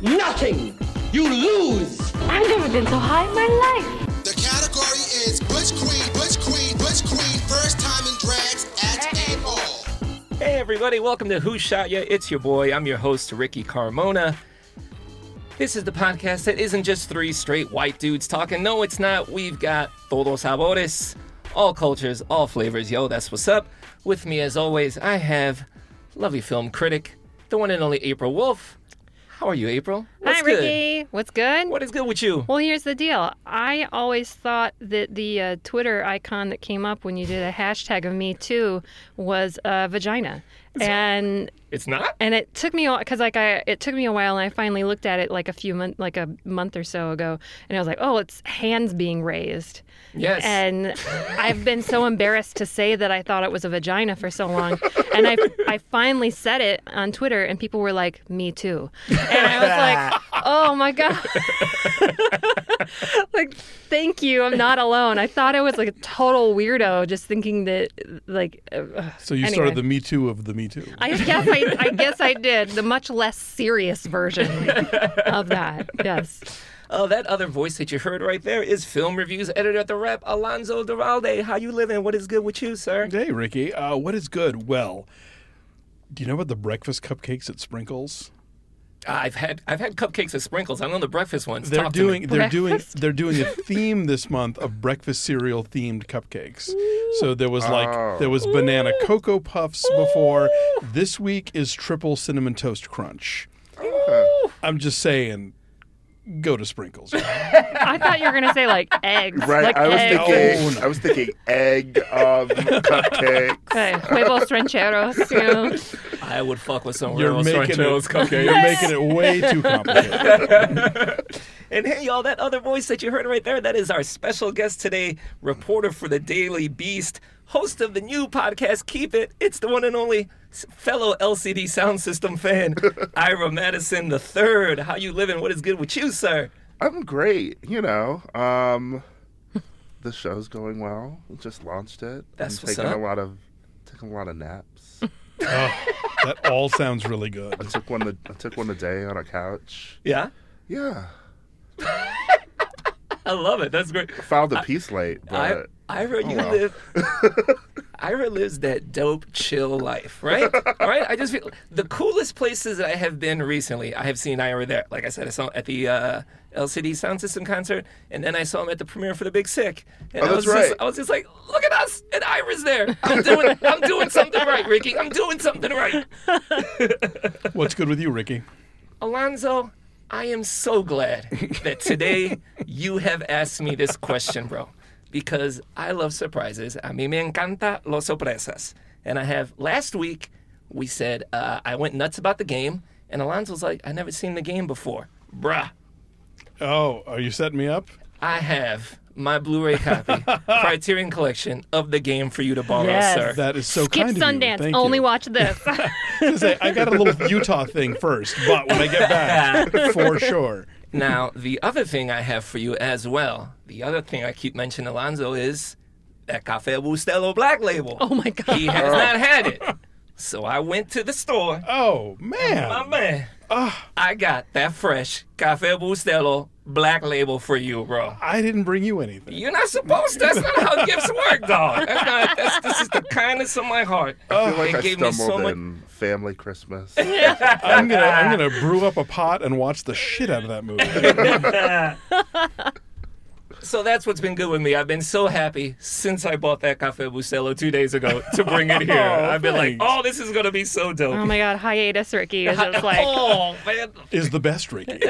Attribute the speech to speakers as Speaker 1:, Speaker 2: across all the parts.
Speaker 1: nothing. You lose.
Speaker 2: I've never been so high in my life.
Speaker 3: The category is Butch Queen, Butch Queen, Butch Queen, first time in drags at a ball.
Speaker 4: Hey, everybody, welcome to Who Shot Ya? It's your boy. I'm your host, Ricky Carmona. This is the podcast that isn't just three straight white dudes talking. No, it's not. We've got todos sabores, all cultures, all flavors. Yo, that's what's up. With me, as always, I have lovely film critic, the one and only April Wolf. How are you, April? What's
Speaker 5: Hi,
Speaker 4: good?
Speaker 5: Ricky. What's good?
Speaker 4: What is good with you?
Speaker 5: Well, here's the deal. I always thought that the uh, Twitter icon that came up when you did a hashtag of me too was uh, vagina, and
Speaker 4: It's not?
Speaker 5: and it took me because like I it took me a while, and I finally looked at it like a few month like a month or so ago, and I was like, oh, it's hands being raised,
Speaker 4: Yes.
Speaker 5: and I've been so embarrassed to say that I thought it was a vagina for so long, and I I finally said it on Twitter, and people were like, me too, and I was like, oh my god. like thank you i'm not alone i thought i was like a total weirdo just thinking that like uh,
Speaker 6: So you
Speaker 5: Anyway.
Speaker 6: started the Me Too of the Me Too.
Speaker 5: i guess I, I guess i did the much less serious version of that yes
Speaker 4: Oh, that other voice that you heard right there is film reviews editor at the rep, Alonzo Duralde. How you living? What is good with you, sir?
Speaker 6: Hey, Ricky. Uh, what is good? Well, do you know about the breakfast cupcakes at Sprinkles?
Speaker 4: I've had I've had cupcakes with sprinkles. I know the breakfast ones.
Speaker 6: They're
Speaker 4: Talk to me.
Speaker 6: doing they're doing they're doing a theme this month of breakfast cereal themed cupcakes. So there was like there was banana cocoa puffs before. This week is triple cinnamon toast crunch. I'm just saying, go to Sprinkles.
Speaker 5: i thought you were gonna say like eggs
Speaker 7: Right,
Speaker 5: like
Speaker 7: I was
Speaker 5: eggs.
Speaker 7: thinking. I was thinking egg um, cupcake.
Speaker 5: Okay, huevos rancheros you know
Speaker 4: I would fuck with some
Speaker 6: You're
Speaker 4: real
Speaker 6: making
Speaker 4: Sorrento's
Speaker 6: it
Speaker 4: cupcake.
Speaker 6: okay. You're making it way too complicated.
Speaker 4: And hey, y'all, that other voice that you heard right there, that is our special guest today, reporter for the Daily Beast, host of the new podcast, Keep It. It's the one and only s- fellow LCD sound system fan, Ira Madison the Third. How you living? What is good with you, sir?
Speaker 7: I'm great, you know. Um, the show's going well. We just launched it.
Speaker 4: That's
Speaker 7: I'm
Speaker 4: what's
Speaker 7: taking
Speaker 4: up.
Speaker 7: a lot of taking a lot of naps.
Speaker 6: That all sounds really good.
Speaker 7: I took one. The, I took one today on a couch.
Speaker 4: Yeah?
Speaker 7: Yeah,
Speaker 4: I love it. That's great.
Speaker 7: filed a piece late,
Speaker 6: Uh,
Speaker 4: I,
Speaker 7: but
Speaker 4: Ira,
Speaker 6: oh,
Speaker 4: you
Speaker 7: well.
Speaker 4: live. Ira lives that dope, chill life, right? right. I just feel the coolest places that I have been recently. I have seen Ira there. Like I said, I saw him at the uh, LCD Sound System concert, and then I saw him at the premiere for The Big Sick. And
Speaker 7: Oh,
Speaker 4: I was
Speaker 7: that's
Speaker 4: just,
Speaker 7: right.
Speaker 4: I was just like, look at us, and Ira's there. I'm doing, I'm doing something right, Ricky. I'm doing something right.
Speaker 6: What's good with you, Ricky?
Speaker 4: Alonzo, I am so glad that today you have asked me this question, bro, because I love surprises. A mí me encanta los sorpresas. And I have, last week, we said uh, I went nuts about the game, and Alonzo's like, i never seen the game before. Bruh,
Speaker 6: Oh, are you setting me up?
Speaker 4: I have my Blu ray copy, Criterion Collection, of the game for you to borrow,
Speaker 5: Yes.
Speaker 4: sir.
Speaker 6: That is so
Speaker 5: skip
Speaker 6: kind
Speaker 5: sundance
Speaker 6: of you. Thank
Speaker 5: only
Speaker 6: you.
Speaker 5: watch this
Speaker 6: I was gonna say, I got a little Utah thing first, but when I get back, for sure.
Speaker 4: Now, the other thing I have for you as well, the other thing I keep mentioning, Alonzo, is that Cafe Bustelo Black Label.
Speaker 5: oh my god
Speaker 4: He has not had it. So I went to the store.
Speaker 6: Oh
Speaker 4: My
Speaker 6: man,
Speaker 4: man,
Speaker 7: Ah.
Speaker 4: I got that fresh Cafe Bustelo Black Label for you, bro.
Speaker 6: I didn't bring you anything.
Speaker 4: You're not supposed. That's not how gifts work, dog. That's not. That's, this is the kindness of my heart.
Speaker 7: I feel like
Speaker 4: it
Speaker 7: I
Speaker 4: gave me so
Speaker 7: stumbled
Speaker 4: much-
Speaker 7: in family Christmas.
Speaker 6: I'm gonna I'm gonna brew up a pot and watch the shit out of that movie.
Speaker 4: So that's what's been good with me. I've been so happy since I bought that Cafe Bustelo two days ago to bring it here.
Speaker 6: Oh,
Speaker 4: I've been like,
Speaker 6: thanks.
Speaker 4: oh, this is gonna be so dope.
Speaker 5: oh my god hiatus ricky is just like
Speaker 4: oh man,
Speaker 6: Is the best Ricky.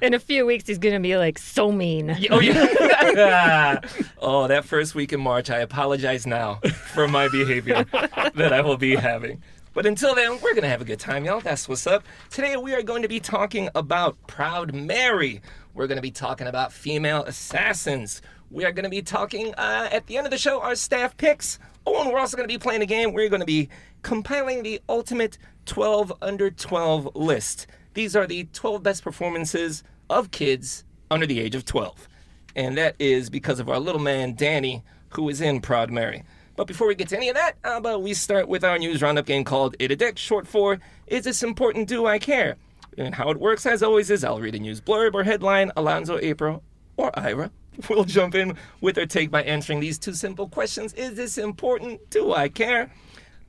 Speaker 5: in a few weeks he's gonna be like so mean
Speaker 4: Oh yeah. oh, that first week in March, I apologize now for my behavior that I will be having. But until then, we're gonna have a good time, y'all. That's what's up. Today we are going to be talking about Proud Mary. We're gonna be talking about female assassins. We are gonna be talking uh, at the end of the show our staff picks. Oh, and we're also gonna be playing a game. We're gonna be compiling the ultimate 12 under 12 list. These are the 12 best performances of kids under the age of 12. And that is because of our little man, Danny, who is in Proud Mary. But before we get to any of that, how about we start with our news roundup game called It a Dick, short for Is This Important? Do I Care? And how it works, as always, is I'll read a news blurb or headline. Alonzo, April, or Ira will jump in with their take by answering these two simple questions: Is this important? Do I care?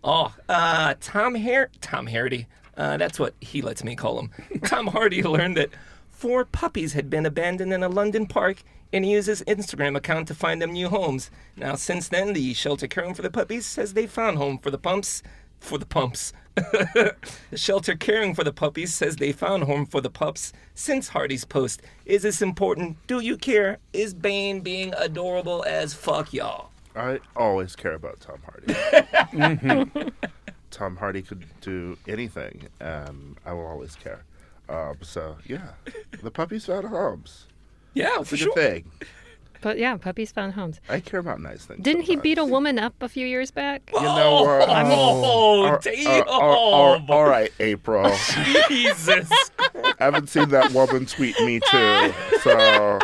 Speaker 4: Oh, uh, Tom Har Tom Hardy. Uh, that's what he lets me call him. Tom Hardy learned that four puppies had been abandoned in a London park, and he used his Instagram account to find them new homes. Now, since then, the shelter caring for the puppies says they found home for the pumps, for the pumps. the shelter caring for the puppies says they found home for the pups since Hardy's post. Is this important? Do you care? Is Bane being adorable as fuck, y'all?
Speaker 7: I always care about Tom Hardy. Tom Hardy could do anything, and I will always care. Um, so yeah, the puppies found homes.
Speaker 4: Yeah,
Speaker 7: It's
Speaker 4: for
Speaker 7: a
Speaker 4: sure.
Speaker 7: good thing.
Speaker 5: But yeah, puppies found homes.
Speaker 7: I care about nice things.
Speaker 5: Didn't he
Speaker 7: sometimes.
Speaker 5: beat a woman up a few years back?
Speaker 7: You know what?
Speaker 4: Oh,
Speaker 7: Ar-
Speaker 4: damn.
Speaker 7: ar- ar- ar- all right, April.
Speaker 4: Jesus.
Speaker 7: I haven't seen that woman tweet me too. So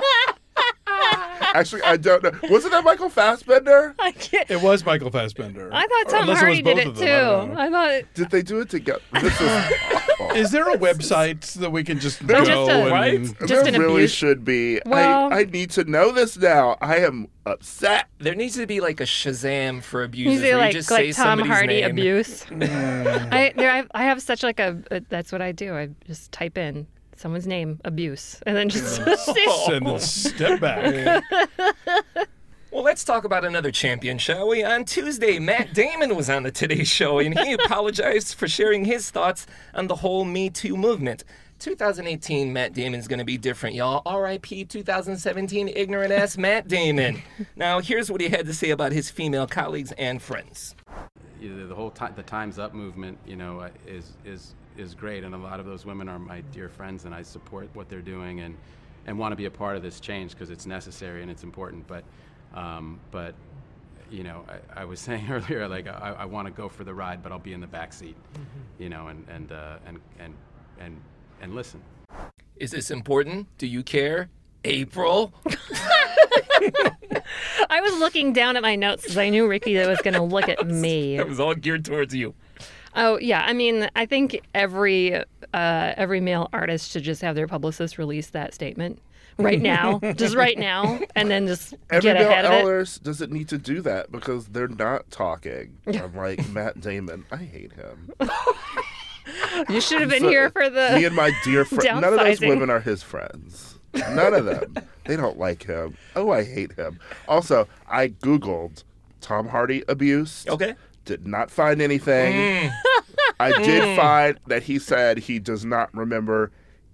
Speaker 7: actually, I don't know. Wasn't that Michael Fassbender?
Speaker 5: I can't.
Speaker 6: It was Michael Fassbender.
Speaker 5: I thought Tom
Speaker 6: Unless
Speaker 5: Hardy
Speaker 6: it was both
Speaker 5: did it
Speaker 6: of
Speaker 5: too.
Speaker 6: them, I don't know.
Speaker 5: I, thought
Speaker 7: Did they do it together? This is awful.
Speaker 6: Is there a website that we can just go
Speaker 5: just a-
Speaker 6: and
Speaker 5: just
Speaker 7: there
Speaker 5: an
Speaker 7: really
Speaker 5: abuse.
Speaker 7: should be.
Speaker 5: Well-
Speaker 7: I, I need to know this now. I am upset.
Speaker 4: There needs to be like a Shazam for abusers.
Speaker 5: usually
Speaker 4: where you
Speaker 5: like
Speaker 4: just say
Speaker 5: like Tom
Speaker 4: somebody's
Speaker 5: Hardy
Speaker 4: name.
Speaker 5: abuse. I there I, I have such like a, a that's what I do. I just type in someone's name abuse and then just
Speaker 6: send a step back?
Speaker 4: Well, let's talk about another champion, shall we? On Tuesday, Matt Damon was on the Today Show and he apologized for sharing his thoughts on the whole Me Too movement. 2018, Matt Damon's gonna be different, y'all. RIP 2017, ignorant ass Matt Damon. Now, here's what he had to say about his female colleagues and friends.
Speaker 8: you know, the whole ti- the Time's Up movement, you know, uh, is is is great, and a lot of those women are my dear friends, and I support what they're doing and and want to be a part of this change because it's necessary and it's important. But um, but you know, I, I was saying earlier, like I, I want to go for the ride, but I'll be in the back seat, you know, and and uh, and and and and listen.
Speaker 4: Is this important? Do you care? April?
Speaker 5: I was looking down at my notes because I knew Ricky that was going to look at me.
Speaker 4: That was all geared towards you.
Speaker 5: Oh yeah, I mean, I think every uh, every male artist should just have their publicist release that statement right now, just right now, and then just
Speaker 7: Every
Speaker 5: get
Speaker 7: male
Speaker 5: ahead of it.
Speaker 7: artist doesn't need to do that because they're not talking. I'm like Matt Damon. I hate him.
Speaker 5: You should have been
Speaker 7: So,
Speaker 5: here for the.
Speaker 7: me and my dear friend. None of those
Speaker 5: Downsizing.
Speaker 7: women are his friends. None of them. they don't like him. Oh, I hate him. Also, I googled Tom Hardy abuse.
Speaker 4: Okay.
Speaker 7: Did not find anything.
Speaker 5: Mm.
Speaker 7: I
Speaker 5: Hmm.
Speaker 7: did find that he said he does not remember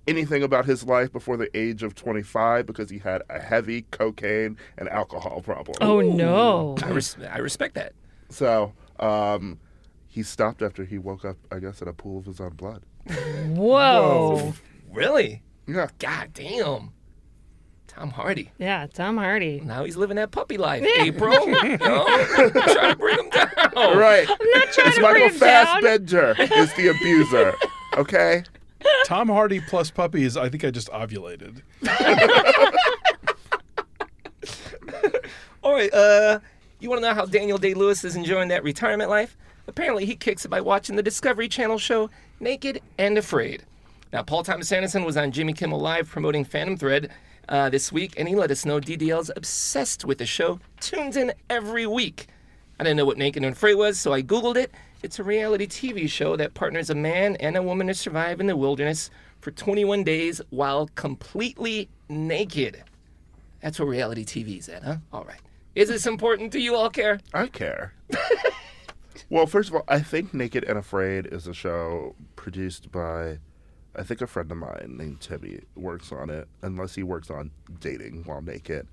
Speaker 7: anything about his life before the age of 25 because he had a heavy cocaine and alcohol problem.
Speaker 5: oh no!
Speaker 4: I, res- I respect that.
Speaker 7: So, um, he stopped after he woke up, I guess, in a pool of his own blood.
Speaker 5: Whoa!
Speaker 4: Really?
Speaker 7: Yeah.
Speaker 4: God damn. Tom Hardy.
Speaker 5: Yeah, Tom Hardy.
Speaker 4: Now he's living that puppy life, April. you know? Trying to bring him
Speaker 5: Oh.
Speaker 4: down.
Speaker 7: Right. I'm not trying it's
Speaker 5: to
Speaker 7: Michael
Speaker 5: bring him down.
Speaker 7: Fassbender is the abuser. Okay?
Speaker 6: Tom Hardy plus puppies. I think I just ovulated.
Speaker 4: All right, uh, you want to know how Daniel Day Lewis is enjoying that retirement life? Apparently, he kicks it by watching the Discovery Channel show Naked and Afraid. Now, Paul Thomas Anderson was on Jimmy Kimmel Live promoting Phantom Thread uh, this week, and he let us know DDL's obsessed with the show, tunes in every week. I didn't know what Naked and Afraid was, so I Googled it. It's a reality TV show that partners a man and a woman to survive in the wilderness for 21 days while completely naked. That's where reality TV's at, huh? All right. Is this important? Do you all care?
Speaker 7: I care. well, first of all, I think Naked and Afraid is a show produced by, I think, a friend of mine named Timmy works on it, unless he works on dating while naked.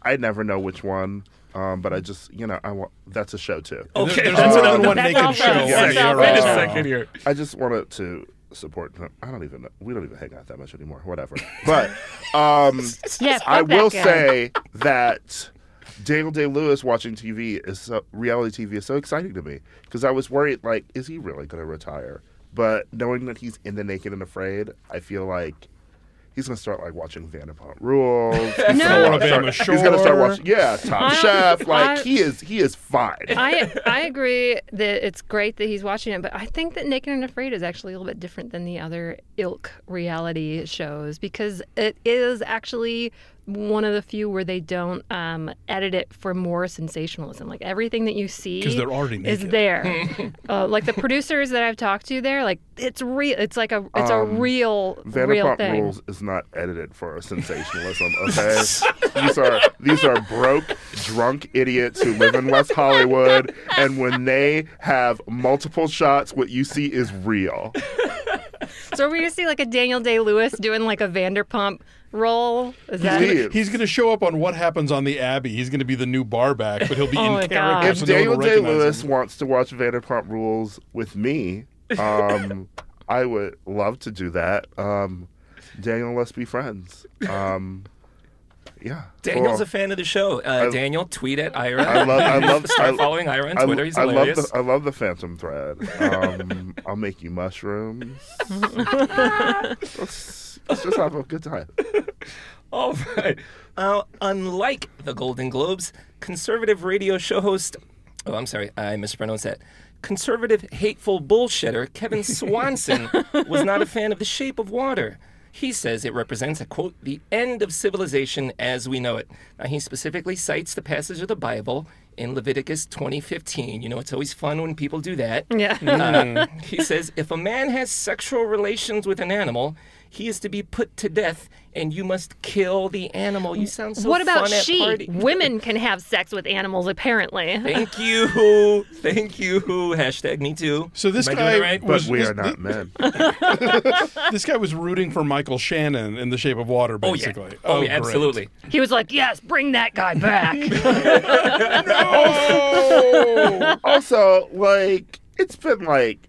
Speaker 7: I never know which one, um, but I just, you know, I want that's a show too.
Speaker 4: Okay,
Speaker 6: There's
Speaker 4: that's another
Speaker 6: more than one
Speaker 4: one.
Speaker 5: That's
Speaker 6: naked
Speaker 5: also-
Speaker 6: show. on
Speaker 5: that's
Speaker 6: the air
Speaker 5: also-
Speaker 6: right
Speaker 4: Wait a
Speaker 6: now.
Speaker 4: second here.
Speaker 7: I just wanted to support him. I don't even know. We don't even hang out that much anymore. Whatever. But um,
Speaker 5: Yeah, fuck
Speaker 7: I
Speaker 5: that
Speaker 7: will
Speaker 5: guy.
Speaker 7: say that Daniel Day Lewis watching TV is so, reality TV is so exciting to me because I was worried like, is he really going to retire? But knowing that he's in the Naked and Afraid, I feel like He's gonna start like watching Vanderpump Rules. He's
Speaker 5: No.
Speaker 7: gonna
Speaker 6: Alabama
Speaker 7: start, He's
Speaker 6: Shore.
Speaker 7: gonna start watching. Yeah, Top
Speaker 5: I-
Speaker 7: Chef. Like
Speaker 5: I-
Speaker 7: he is. He is fine.
Speaker 5: I I agree that it's great that he's watching it, but I think that Naked and Afraid is actually a little bit different than the other ilk reality shows because it is actually one of the few where they don't um, edit it for more sensationalism. Like everything that you see,
Speaker 6: 'Cause they're already
Speaker 5: is
Speaker 6: naked.
Speaker 5: there. uh, like the producers that I've talked to, there, like it's real. It's like a it's a real real
Speaker 7: Um, Vanderpump
Speaker 5: thing.
Speaker 7: Rules is not edited for sensationalism. Okay, these are these are broke, drunk idiots who live in West Hollywood, and when they have multiple shots, what you see is real.
Speaker 5: So are we gonna see like a Daniel Day Lewis doing like a Vanderpump role? Is that
Speaker 7: Please.
Speaker 6: He's going to show up on What Happens on the Abbey. He's going to be the new barback, but he'll be
Speaker 5: Oh my
Speaker 6: in
Speaker 5: God.
Speaker 6: character. so
Speaker 7: if
Speaker 6: no one
Speaker 7: Daniel
Speaker 6: will
Speaker 7: Day
Speaker 6: recognize
Speaker 7: Lewis
Speaker 6: him.
Speaker 7: wants to watch Vanderpump Rules with me, um, I would love to do that. Um, Daniel, let's be friends. Um, yeah,
Speaker 4: Daniel's
Speaker 7: Cool.
Speaker 4: a fan of the show. Uh, Daniel, tweet at Ira.
Speaker 7: I love. I love.
Speaker 4: Start
Speaker 7: I-
Speaker 4: following Ira on
Speaker 7: I-
Speaker 4: Twitter. He's
Speaker 7: I love
Speaker 4: hilarious.
Speaker 7: the. I love the Phantom Thread. Um, I'll make you mushrooms. let's, let's just have a good time.
Speaker 4: All right. Uh, unlike the Golden Globes, conservative radio show host, oh, I'm sorry, I mispronounced that. Conservative hateful bullshitter Kevin Swanson was not a fan of The Shape of Water. He says it represents a quote, the end of civilization as we know it. Now, he specifically cites the passage of the Bible in Leviticus 20:15. You know, it's always fun when people do that.
Speaker 5: Yeah.
Speaker 4: Uh, he says, if a man has sexual relations with an animal, he is to be put to death, and you must kill the animal. You sound so
Speaker 5: what about
Speaker 4: fun at
Speaker 5: she?
Speaker 4: party.
Speaker 5: Women can have sex with animals, apparently.
Speaker 4: Thank you, thank you. Hashtag me too.
Speaker 6: So this
Speaker 4: Am I
Speaker 6: guy
Speaker 4: doing it right?
Speaker 6: was-
Speaker 7: But we
Speaker 6: this-
Speaker 7: are not men.
Speaker 6: This guy was rooting for Michael Shannon in The Shape of Water,
Speaker 4: Oh yeah.
Speaker 6: basically.
Speaker 4: Oh, yeah,
Speaker 6: great.
Speaker 4: absolutely.
Speaker 5: He was like, "Yes, bring that guy back."
Speaker 7: Oh! also, like it's been like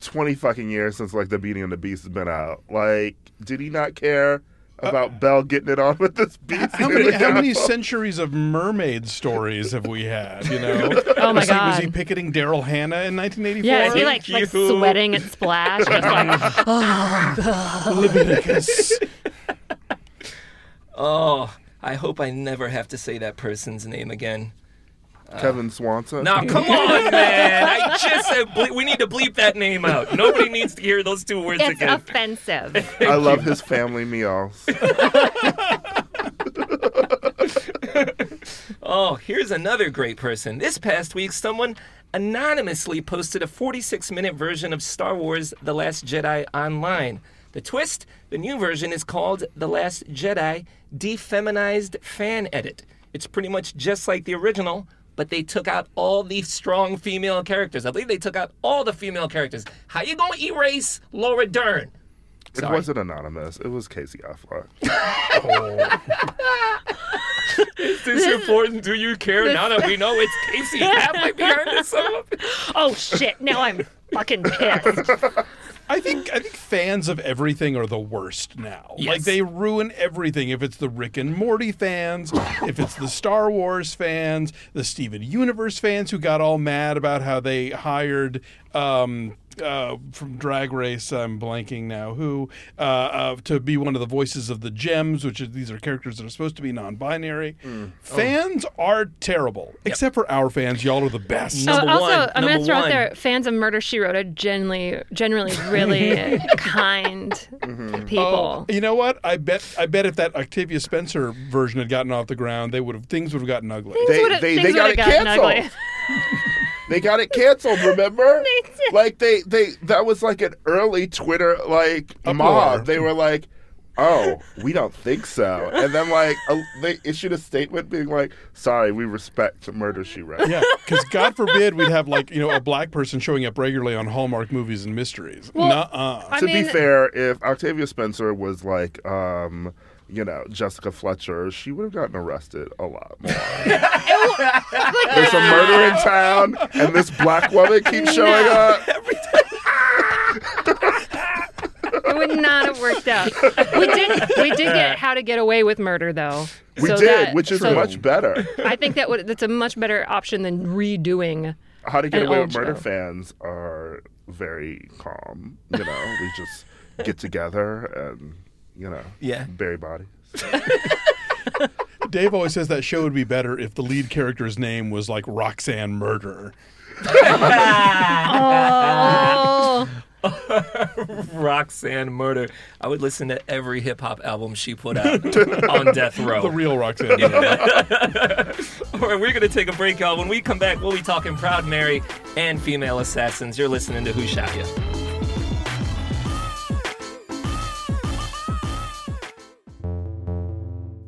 Speaker 7: twenty fucking years since like the Beauty and the Beast has been out. Like, did he not care? About Belle getting it on with this beast.
Speaker 6: Uh, How many, how many centuries of mermaid stories have we had? You know,
Speaker 5: Oh, my
Speaker 6: It's like, was
Speaker 5: God.
Speaker 6: he picketing Daryl Hannah in 1984?
Speaker 5: yeah, is he
Speaker 4: Thank
Speaker 5: like like
Speaker 4: you.
Speaker 5: sweating at Splash? Just like,
Speaker 6: Leviticus.
Speaker 4: Oh, I hope I never have to say that person's name again.
Speaker 7: Kevin Swanson.
Speaker 4: Now, come on, man. I just said ble- we need to bleep that name out. Nobody needs to hear those two words
Speaker 5: it's
Speaker 4: again.
Speaker 5: offensive.
Speaker 7: I love his family meals.
Speaker 4: Oh, here's another great person. This past week, someone anonymously posted a 46 minute version of Star Wars The Last Jedi online. The twist the new version is called The Last Jedi Defeminized Fan Edit. It's pretty much just like the original, but they took out all the strong female characters. I believe they took out all the female characters. How you gonna erase Laura Dern?
Speaker 7: It wasn't anonymous. It was Casey Affleck.
Speaker 4: Is this important? Do you care now that we know it's Casey Affleck behind this? son of a-
Speaker 5: oh shit! Now I'm fucking pissed.
Speaker 6: I think I think fans of everything are the worst now.
Speaker 4: Yes.
Speaker 6: Like they ruin everything. If it's the Rick and Morty fans, if it's the Star Wars fans, the Steven Universe fans who got all mad about how they hired um, uh, from Drag Race. I'm blanking now. Who uh, uh, to be one of the voices of the gems, which is, these are characters that are supposed to be non-binary. Fans are terrible, except for our fans. Y'all are the best.
Speaker 4: Number
Speaker 5: Oh, also,
Speaker 4: one,
Speaker 5: I'm
Speaker 4: number
Speaker 5: gonna throw
Speaker 4: one.
Speaker 5: out there: fans of Murder She Wrote are generally generally really kind
Speaker 7: Mm-hmm. Oh.
Speaker 5: people.
Speaker 6: You know what? I bet I bet if that Octavia Spencer version had gotten off the ground, they would have things would have gotten ugly.
Speaker 7: They,
Speaker 5: would've-
Speaker 7: they, they
Speaker 5: things
Speaker 7: got it
Speaker 5: would've gotten ugly.
Speaker 7: canceled. they got it canceled, remember? like they they that was like an early Twitter like
Speaker 6: Uproar.
Speaker 7: mob. They were like, "Oh, we don't think so." And then like a, they issued a statement being like, "Sorry, we respect murder she wrote."
Speaker 6: Yeah, because God forbid we'd have like you know a black person showing up regularly on Hallmark movies and mysteries. Nuh-uh.
Speaker 5: I
Speaker 7: to
Speaker 5: mean,
Speaker 7: be fair, if Octavia Spencer was like, um, you know, Jessica Fletcher, she would have gotten arrested a lot more. There's a murder in town, and this black woman keeps showing up.
Speaker 5: it would not have worked out. We did we did get How to Get Away with Murder though.
Speaker 7: We
Speaker 5: So
Speaker 7: did,
Speaker 5: that-
Speaker 7: which is
Speaker 5: so
Speaker 7: much better.
Speaker 5: I think that would that's a much better option than redoing.
Speaker 7: How to Get
Speaker 5: An
Speaker 7: Away
Speaker 5: old
Speaker 7: with Murder
Speaker 5: show.
Speaker 7: fans are very calm. You know, we just get together and you know,
Speaker 4: Yeah.
Speaker 7: Barry bodies.
Speaker 6: Dave always says that show would be better if the lead character's name was like Roxanne Murderer.
Speaker 5: Oh,
Speaker 4: Roxanne Murder. I would listen to every hip hop album she put out on death row.
Speaker 6: The real Roxanne Murderer.
Speaker 4: All right, we're going to take a break, y'all. When we come back, we'll be talking Proud Mary and female assassins. You're listening to Who Shot Ya.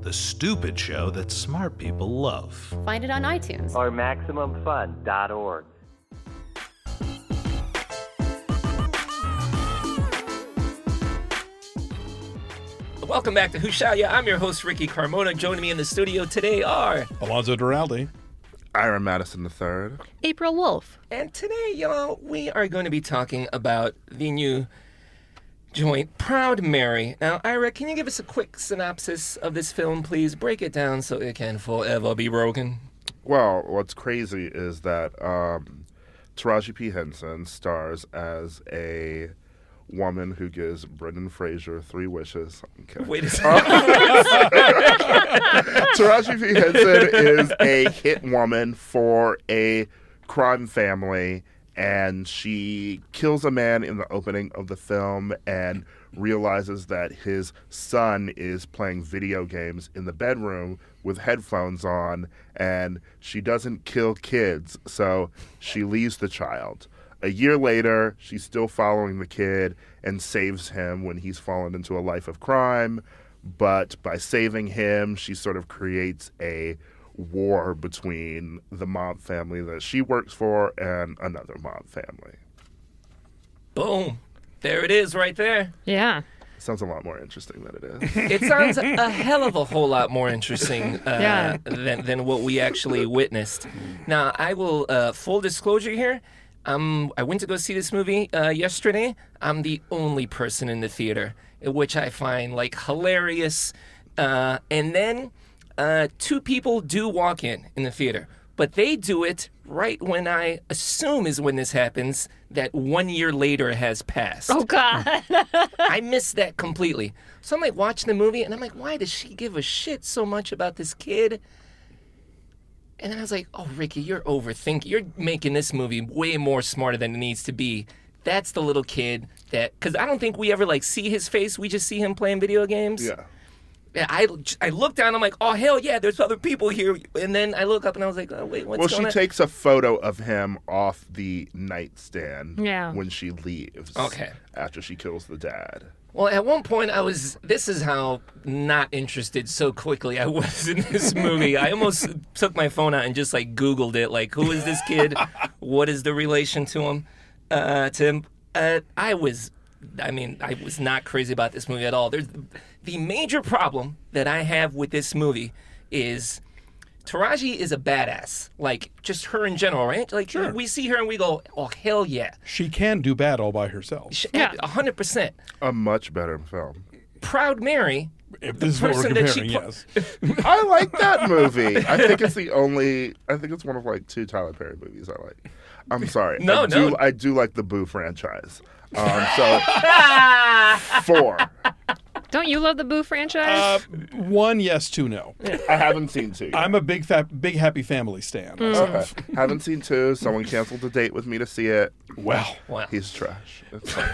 Speaker 1: The stupid show that smart people love.
Speaker 2: Find it on iTunes.
Speaker 9: Or MaximumFun.org.
Speaker 4: Welcome back to Who Shot Ya. I'm your host, Ricky Carmona. Joining me in the studio today are.
Speaker 6: Alonzo Duraldi.
Speaker 7: Ira Madison III.
Speaker 5: April Wolf.
Speaker 4: And today, y'all, we are going to be talking about the new joint Proud Mary. Now, Ira, can you give us a quick synopsis of this film, please? Break it down so it can forever be broken.
Speaker 7: Well, what's crazy is that um, Taraji P. Henson stars as a woman who gives Brendan Fraser three wishes. I'm kidding.
Speaker 4: Wait a second.
Speaker 7: Taraji P. Henson is a hit woman for a crime family, and she kills a man in the opening of the film and realizes that his son is playing video games in the bedroom with headphones on, and she doesn't kill kids, so she leaves the child. A year later, she's still following the kid and saves him when he's fallen into a life of crime. But by saving him, she sort of creates a war between the mob family that she works for and another mob family.
Speaker 4: Boom. There it is, right there.
Speaker 5: Yeah.
Speaker 7: Sounds a lot more interesting than it is.
Speaker 4: It sounds a hell of a whole lot more interesting uh,
Speaker 5: Yeah.
Speaker 4: than, than what we actually witnessed. Now, I will, uh, full disclosure here, um, I went to go see this movie uh, yesterday. I'm the only person in the theater, which I find like hilarious. Uh, and then uh, two people do walk in in the theater, but they do it right when I assume is when this happens that one year later has passed.
Speaker 5: Oh God.
Speaker 4: I missed that completely. So I'm like watching the movie and I'm like, why does she give a shit so much about this kid? And then I was like, oh, Ricky, you're overthinking. You're making this movie way more smarter than it needs to be. That's the little kid that, because I don't think we ever like see his face. We just see him playing video games.
Speaker 7: yeah.
Speaker 4: And I, I look down. I'm like, oh hell yeah, there's other people here. And then I look up and I was like, oh, wait, what's
Speaker 7: Well,
Speaker 4: going
Speaker 7: she
Speaker 4: on?
Speaker 7: takes a photo of him off the nightstand
Speaker 5: Yeah.
Speaker 7: when she leaves.
Speaker 4: Okay.
Speaker 7: After she kills the dad.
Speaker 4: Well, at one point, I was. This is how not interested so quickly I was in this movie. I almost took my phone out and just like Googled it. Like, who is this kid? what is the relation to him? Uh, to him? Uh, I was. I mean, I was not crazy about this movie at all. There's the major problem that I have with this movie is Taraji is a badass. Like, just her in general, right? Like, we see her and we go, "Oh hell yeah!"
Speaker 6: She can do bad all by herself.
Speaker 4: She-
Speaker 5: Yeah.
Speaker 4: a hundred percent.
Speaker 7: A much better film.
Speaker 4: Proud Mary
Speaker 6: If this is what we're
Speaker 4: person that she
Speaker 6: comparing,
Speaker 4: pla-
Speaker 6: yes.
Speaker 7: I like that movie. I think it's the only. I think it's one of like two Tyler Perry movies I like. I'm sorry.
Speaker 4: No,
Speaker 7: I do,
Speaker 4: no.
Speaker 7: I do like the Boo franchise. Um, so four.
Speaker 5: Don't you love the Boo franchise?
Speaker 6: Uh, one yes, two no.
Speaker 7: I haven't seen two. yet.
Speaker 6: I'm a big fa- big happy family stan.
Speaker 4: Mm.
Speaker 7: okay. Haven't seen two. Someone canceled a date with me to see it.
Speaker 6: Well,
Speaker 4: Wow.
Speaker 7: He's trash. It's fine.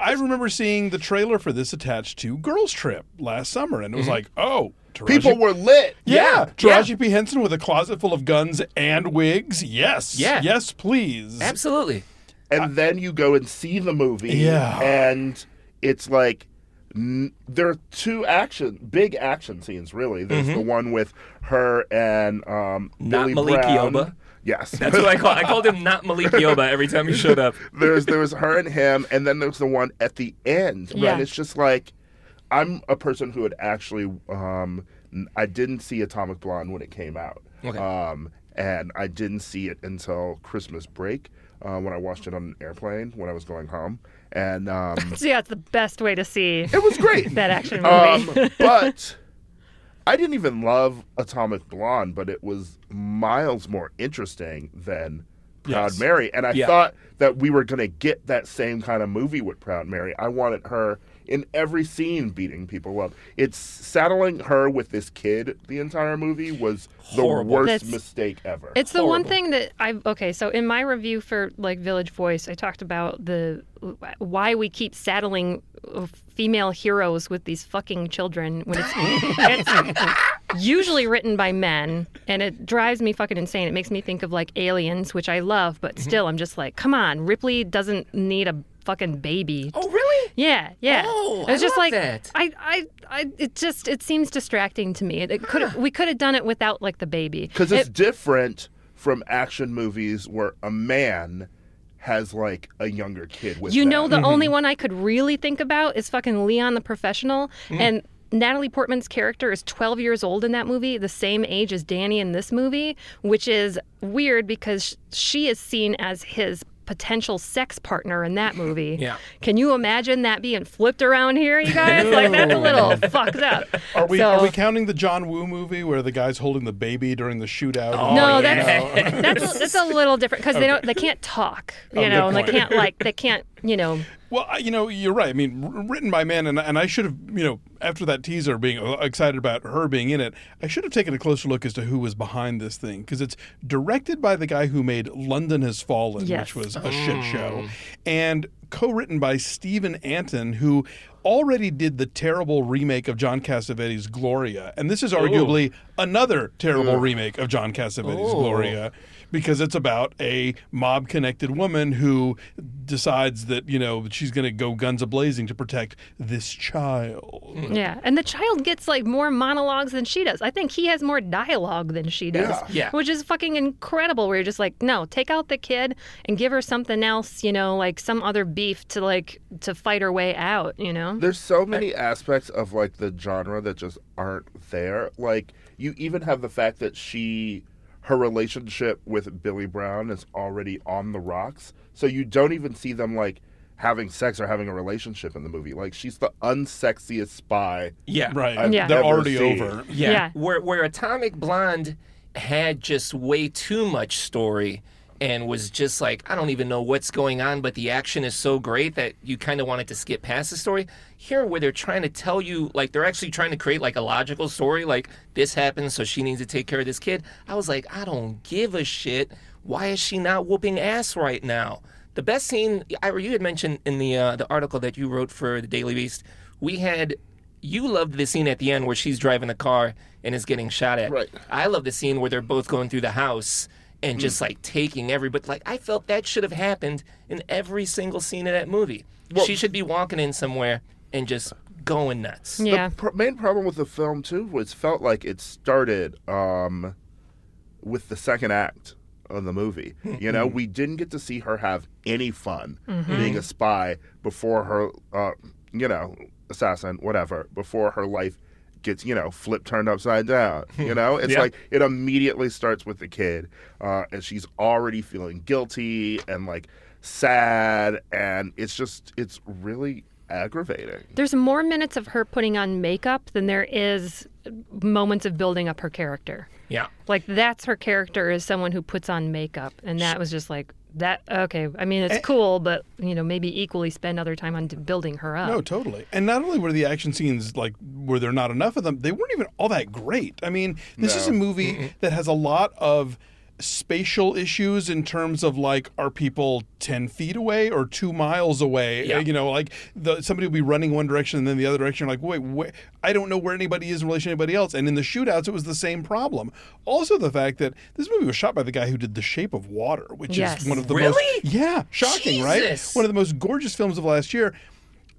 Speaker 6: I remember seeing the trailer for this attached to Girls Trip last summer, and it was like, oh, Taraji-
Speaker 7: People were lit.
Speaker 6: Yeah,
Speaker 4: Yeah.
Speaker 6: Taraji P. Henson with a closet full of guns and wigs. Yes.
Speaker 4: Yeah.
Speaker 6: Yes, please.
Speaker 4: Absolutely.
Speaker 7: and then you go and see the movie
Speaker 6: Yeah.
Speaker 7: and it's like n- there are two action big action scenes really there's the one with her and um
Speaker 4: Not
Speaker 7: Billy
Speaker 4: Malik
Speaker 7: Brown.
Speaker 4: Yoba.
Speaker 7: yes
Speaker 4: That's what I call. I called him not Malik Yoba every time he showed up.
Speaker 7: there's there was her and him and then there's the one at the end
Speaker 5: Yeah.
Speaker 7: and it's just like I'm a person who had actually um, n- I didn't see Atomic Blonde when it came out,
Speaker 4: Okay.
Speaker 7: um, and I didn't see it until Christmas break uh, when I watched it on an airplane when I was going home, and um,
Speaker 5: So yeah, it's the best way to see
Speaker 7: it was great.
Speaker 5: that action movie.
Speaker 7: Um, but I didn't even love Atomic Blonde, but it was miles more interesting than Proud
Speaker 6: Yes.
Speaker 7: Mary. And I
Speaker 4: Yeah.
Speaker 7: thought that we were going to get that same kind of movie with Proud Mary. I wanted her in every scene beating people up. It's saddling her with this kid the entire movie was
Speaker 4: Horrible.
Speaker 7: the worst
Speaker 5: That's-
Speaker 7: mistake ever.
Speaker 5: It's the one
Speaker 4: Horrible.
Speaker 5: thing that I okay. So in my review for like Village Voice, I talked about the why we keep saddling uh, female heroes with these fucking children when it's, it's usually written by men, and it drives me fucking insane. It makes me think of like Aliens, which I love, but
Speaker 7: Mm-hmm.
Speaker 5: still I'm just like, come on, Ripley doesn't need a fucking baby
Speaker 4: Oh, really?
Speaker 5: yeah, yeah.
Speaker 4: Oh,
Speaker 5: it was
Speaker 4: I love
Speaker 5: just like
Speaker 4: that.
Speaker 5: I, I, I. It just it seems distracting to me. It, it could we could have done it without like the baby.
Speaker 7: Because it's
Speaker 5: It-
Speaker 7: different from action movies where a man has like a younger kid with
Speaker 5: you
Speaker 7: them.
Speaker 5: know the
Speaker 4: Mm-hmm.
Speaker 5: only one I could really think about is fucking Leon the Professional
Speaker 4: Mm.
Speaker 5: and. Natalie Portman's character is 12 years old in that movie, the same age as Danny in this movie, which is weird because sh- she is seen as his potential sex partner in that movie.
Speaker 4: Yeah.
Speaker 5: Can you imagine that being flipped around here, you guys? like, that's a little fucked up.
Speaker 6: Are we
Speaker 5: So-
Speaker 6: are we counting the John Woo movie where the guy's holding the baby during the shootout?
Speaker 5: Oh, No,
Speaker 4: yeah.
Speaker 5: that's, that's that's a little different because they don't they can't talk, you know,
Speaker 6: Oh, good
Speaker 5: and they
Speaker 6: point.
Speaker 5: can't like they can't you know.
Speaker 6: Well, I- you know, you're right. I mean, wr- written by men, and and I should have, you know, after that teaser, being uh, excited about her being in it, I should have taken a closer look as to who was behind this thing because it's directed by the guy who made London Has Fallen,
Speaker 5: Yes.
Speaker 6: which was a shit
Speaker 7: Mm.
Speaker 6: show, and co-written by Stephen Anton, who already did the terrible remake of John Cassavetes' Gloria, and
Speaker 7: Oh.
Speaker 6: this is arguably another terrible remake of John
Speaker 7: Oh.
Speaker 6: Cassavetes' Gloria because it's about a mob connected woman who decides that you know she's going to go guns a blazing to protect this child
Speaker 5: Yeah, and the child gets like more monologues than she does. I think he has more dialogue than she does,
Speaker 4: Yeah.
Speaker 5: which is fucking incredible. Where you're just like, no, take out the kid and give her something else, you know, like some other beef to like to fight her way out, you know.
Speaker 7: There's so many aspects of like the genre that just aren't there. Like you even have the fact that she her relationship with Billy Brown is already on the rocks. So you don't even see them like having sex or having a relationship in the movie. Like she's the unsexiest spy.
Speaker 4: Yeah.
Speaker 6: right
Speaker 7: Hmm. I've
Speaker 5: Yeah.
Speaker 6: they're
Speaker 7: never
Speaker 6: already
Speaker 7: seen.
Speaker 6: over
Speaker 4: Yeah.
Speaker 5: Yeah.
Speaker 4: Where where Atomic Blonde had just way too much story and was just like, I don't even know what's going on, but the action is so great that you kind of wanted to skip past the story. Here, where they're trying to tell you, like, they're actually trying to create, like, a logical story, like, this happens, so she needs to take care of this kid. I was like, I don't give a shit. Why is she not whooping ass right now? The best scene, Ira, you had mentioned in the uh, the article that you wrote for the Daily Beast, we had you loved the scene at the end where she's driving the car and is getting shot at.
Speaker 7: Right.
Speaker 4: I love the scene where they're both going through the house and just like taking everybody. Like I felt that should have happened in every single scene of that movie. she should be walking in somewhere and just going nuts.
Speaker 5: yeah,
Speaker 7: The pro- main problem with the film too was felt like it started um, with the second act of the movie. You know, we didn't get to see her have any fun being a spy before her, uh, you know, assassin, whatever, before her life gets you know flipped turned upside down. You know, it's like it immediately starts with the kid, uh, and she's already feeling guilty and like sad, and it's just it's really aggravating.
Speaker 5: there's more minutes of her putting on makeup than there is moments of building up her character.
Speaker 4: Yeah.
Speaker 5: like that's her character is someone who puts on makeup and that was just like that okay i mean it's cool but you know maybe equally spend other time on d- building her up
Speaker 6: No, totally. And not only were the action scenes like were there not enough of them, they weren't even all that great. I mean, this is a movie that has a lot of spatial issues in terms of like are people 10 feet away or two miles away
Speaker 4: Yeah.
Speaker 6: you know like the, somebody will be running one direction and then the other direction like wait, wait i don't know where anybody is in relation to anybody else and in the shootouts it was the same problem also the fact that this movie was shot by the guy who did the shape of water which
Speaker 5: Yes.
Speaker 6: is one of the
Speaker 4: Really?
Speaker 6: most yeah shocking
Speaker 4: Jesus.
Speaker 6: right one of the most gorgeous films of last year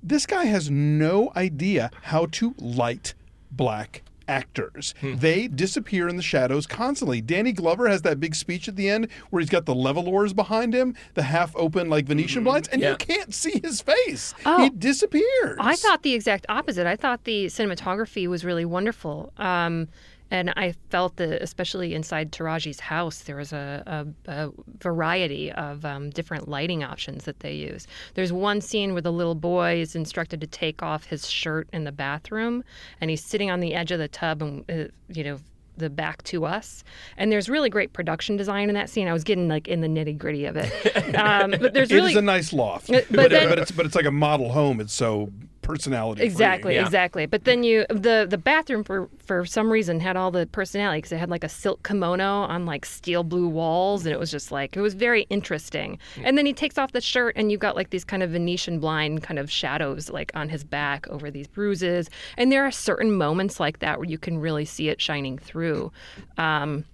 Speaker 6: this guy has no idea how to light black actors. They disappear in the shadows constantly. Danny Glover has that big speech at the end where he's got the levelers behind him, the half open like Venetian blinds, and
Speaker 4: Yeah.
Speaker 6: you can't see his face.
Speaker 5: Oh.
Speaker 6: he disappears.
Speaker 5: I thought the exact opposite. I thought the cinematography was really wonderful. Um, and I felt that, especially inside Taraji's house, there was a, a, a variety of um, different lighting options that they use. There's one scene where the little boy is instructed to take off his shirt in the bathroom, and he's sitting on the edge of the tub, and uh, you know the back to us. And there's really great production design in that scene. I was getting like in the nitty gritty of it, um, but there's
Speaker 6: It is
Speaker 5: really Uh,
Speaker 6: a nice loft,
Speaker 5: But
Speaker 6: but, but,
Speaker 5: then-
Speaker 6: it's but it's like a model home. It's so personality. free.
Speaker 5: Exactly,
Speaker 4: Yeah.
Speaker 5: exactly. But then you the the bathroom for for some reason had all the personality because it had like a silk kimono on like steel blue walls, and it was just like it was very interesting. And then he takes off the shirt, and you got like these kind of Venetian blind kind of shadows like on his back over these bruises. And there are certain moments like that where you can really see it shining through. Um,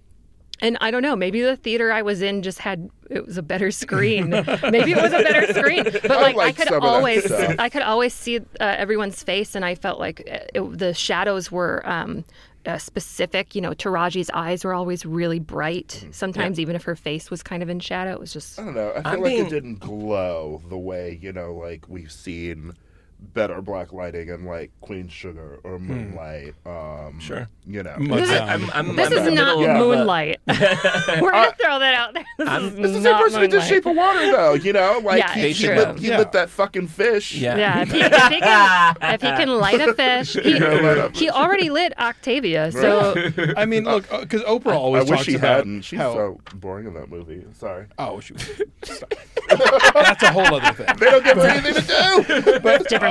Speaker 5: and I don't know, maybe the theater I was in just had it was a better screen. maybe it was a better screen, but like I
Speaker 7: like
Speaker 5: could
Speaker 7: some of that
Speaker 5: always
Speaker 7: stuff.
Speaker 5: I could always see uh, everyone's face, and I felt like uh, it, the shadows were. Um, uh, specific, you know, Taraji's eyes were always really
Speaker 7: Mm-hmm.
Speaker 5: bright. Sometimes, even if her face was kind of in shadow, it was just
Speaker 7: I don't know. I feel
Speaker 4: I'm
Speaker 7: like
Speaker 4: being-
Speaker 7: it didn't glow the way you know, like we've seen better black lighting and like Queen Sugar or Moonlight. Um,
Speaker 4: Sure.
Speaker 7: You know,
Speaker 6: Hmm. Mud
Speaker 5: This is-
Speaker 6: Town.
Speaker 4: I'm, I'm,
Speaker 5: this
Speaker 4: I'm
Speaker 5: is
Speaker 4: in the
Speaker 5: not
Speaker 4: middle of, uh,
Speaker 5: moonlight. we're gonna throw that out there. This
Speaker 4: I'm-
Speaker 5: is
Speaker 7: it's the same
Speaker 5: not
Speaker 7: person who did
Speaker 5: Moonlight.
Speaker 7: Shape of Water, though. You know, like
Speaker 5: Yeah,
Speaker 7: he,
Speaker 5: it's
Speaker 7: he,
Speaker 4: true.
Speaker 7: lit, he
Speaker 6: Yeah.
Speaker 7: lit that fucking fish.
Speaker 4: Yeah.
Speaker 5: Yeah, if he, if he can, if he can light a fish, he,
Speaker 7: can light a
Speaker 5: he already lit Octavia. So
Speaker 6: I mean, look, because Oprah always
Speaker 7: I wish
Speaker 6: talks
Speaker 7: she
Speaker 6: about
Speaker 7: hadn't. She's
Speaker 6: how-
Speaker 7: so boring in that movie. Sorry.
Speaker 6: Oh, shoot. Stop. That's a whole other thing.
Speaker 7: They don't give her anything to do.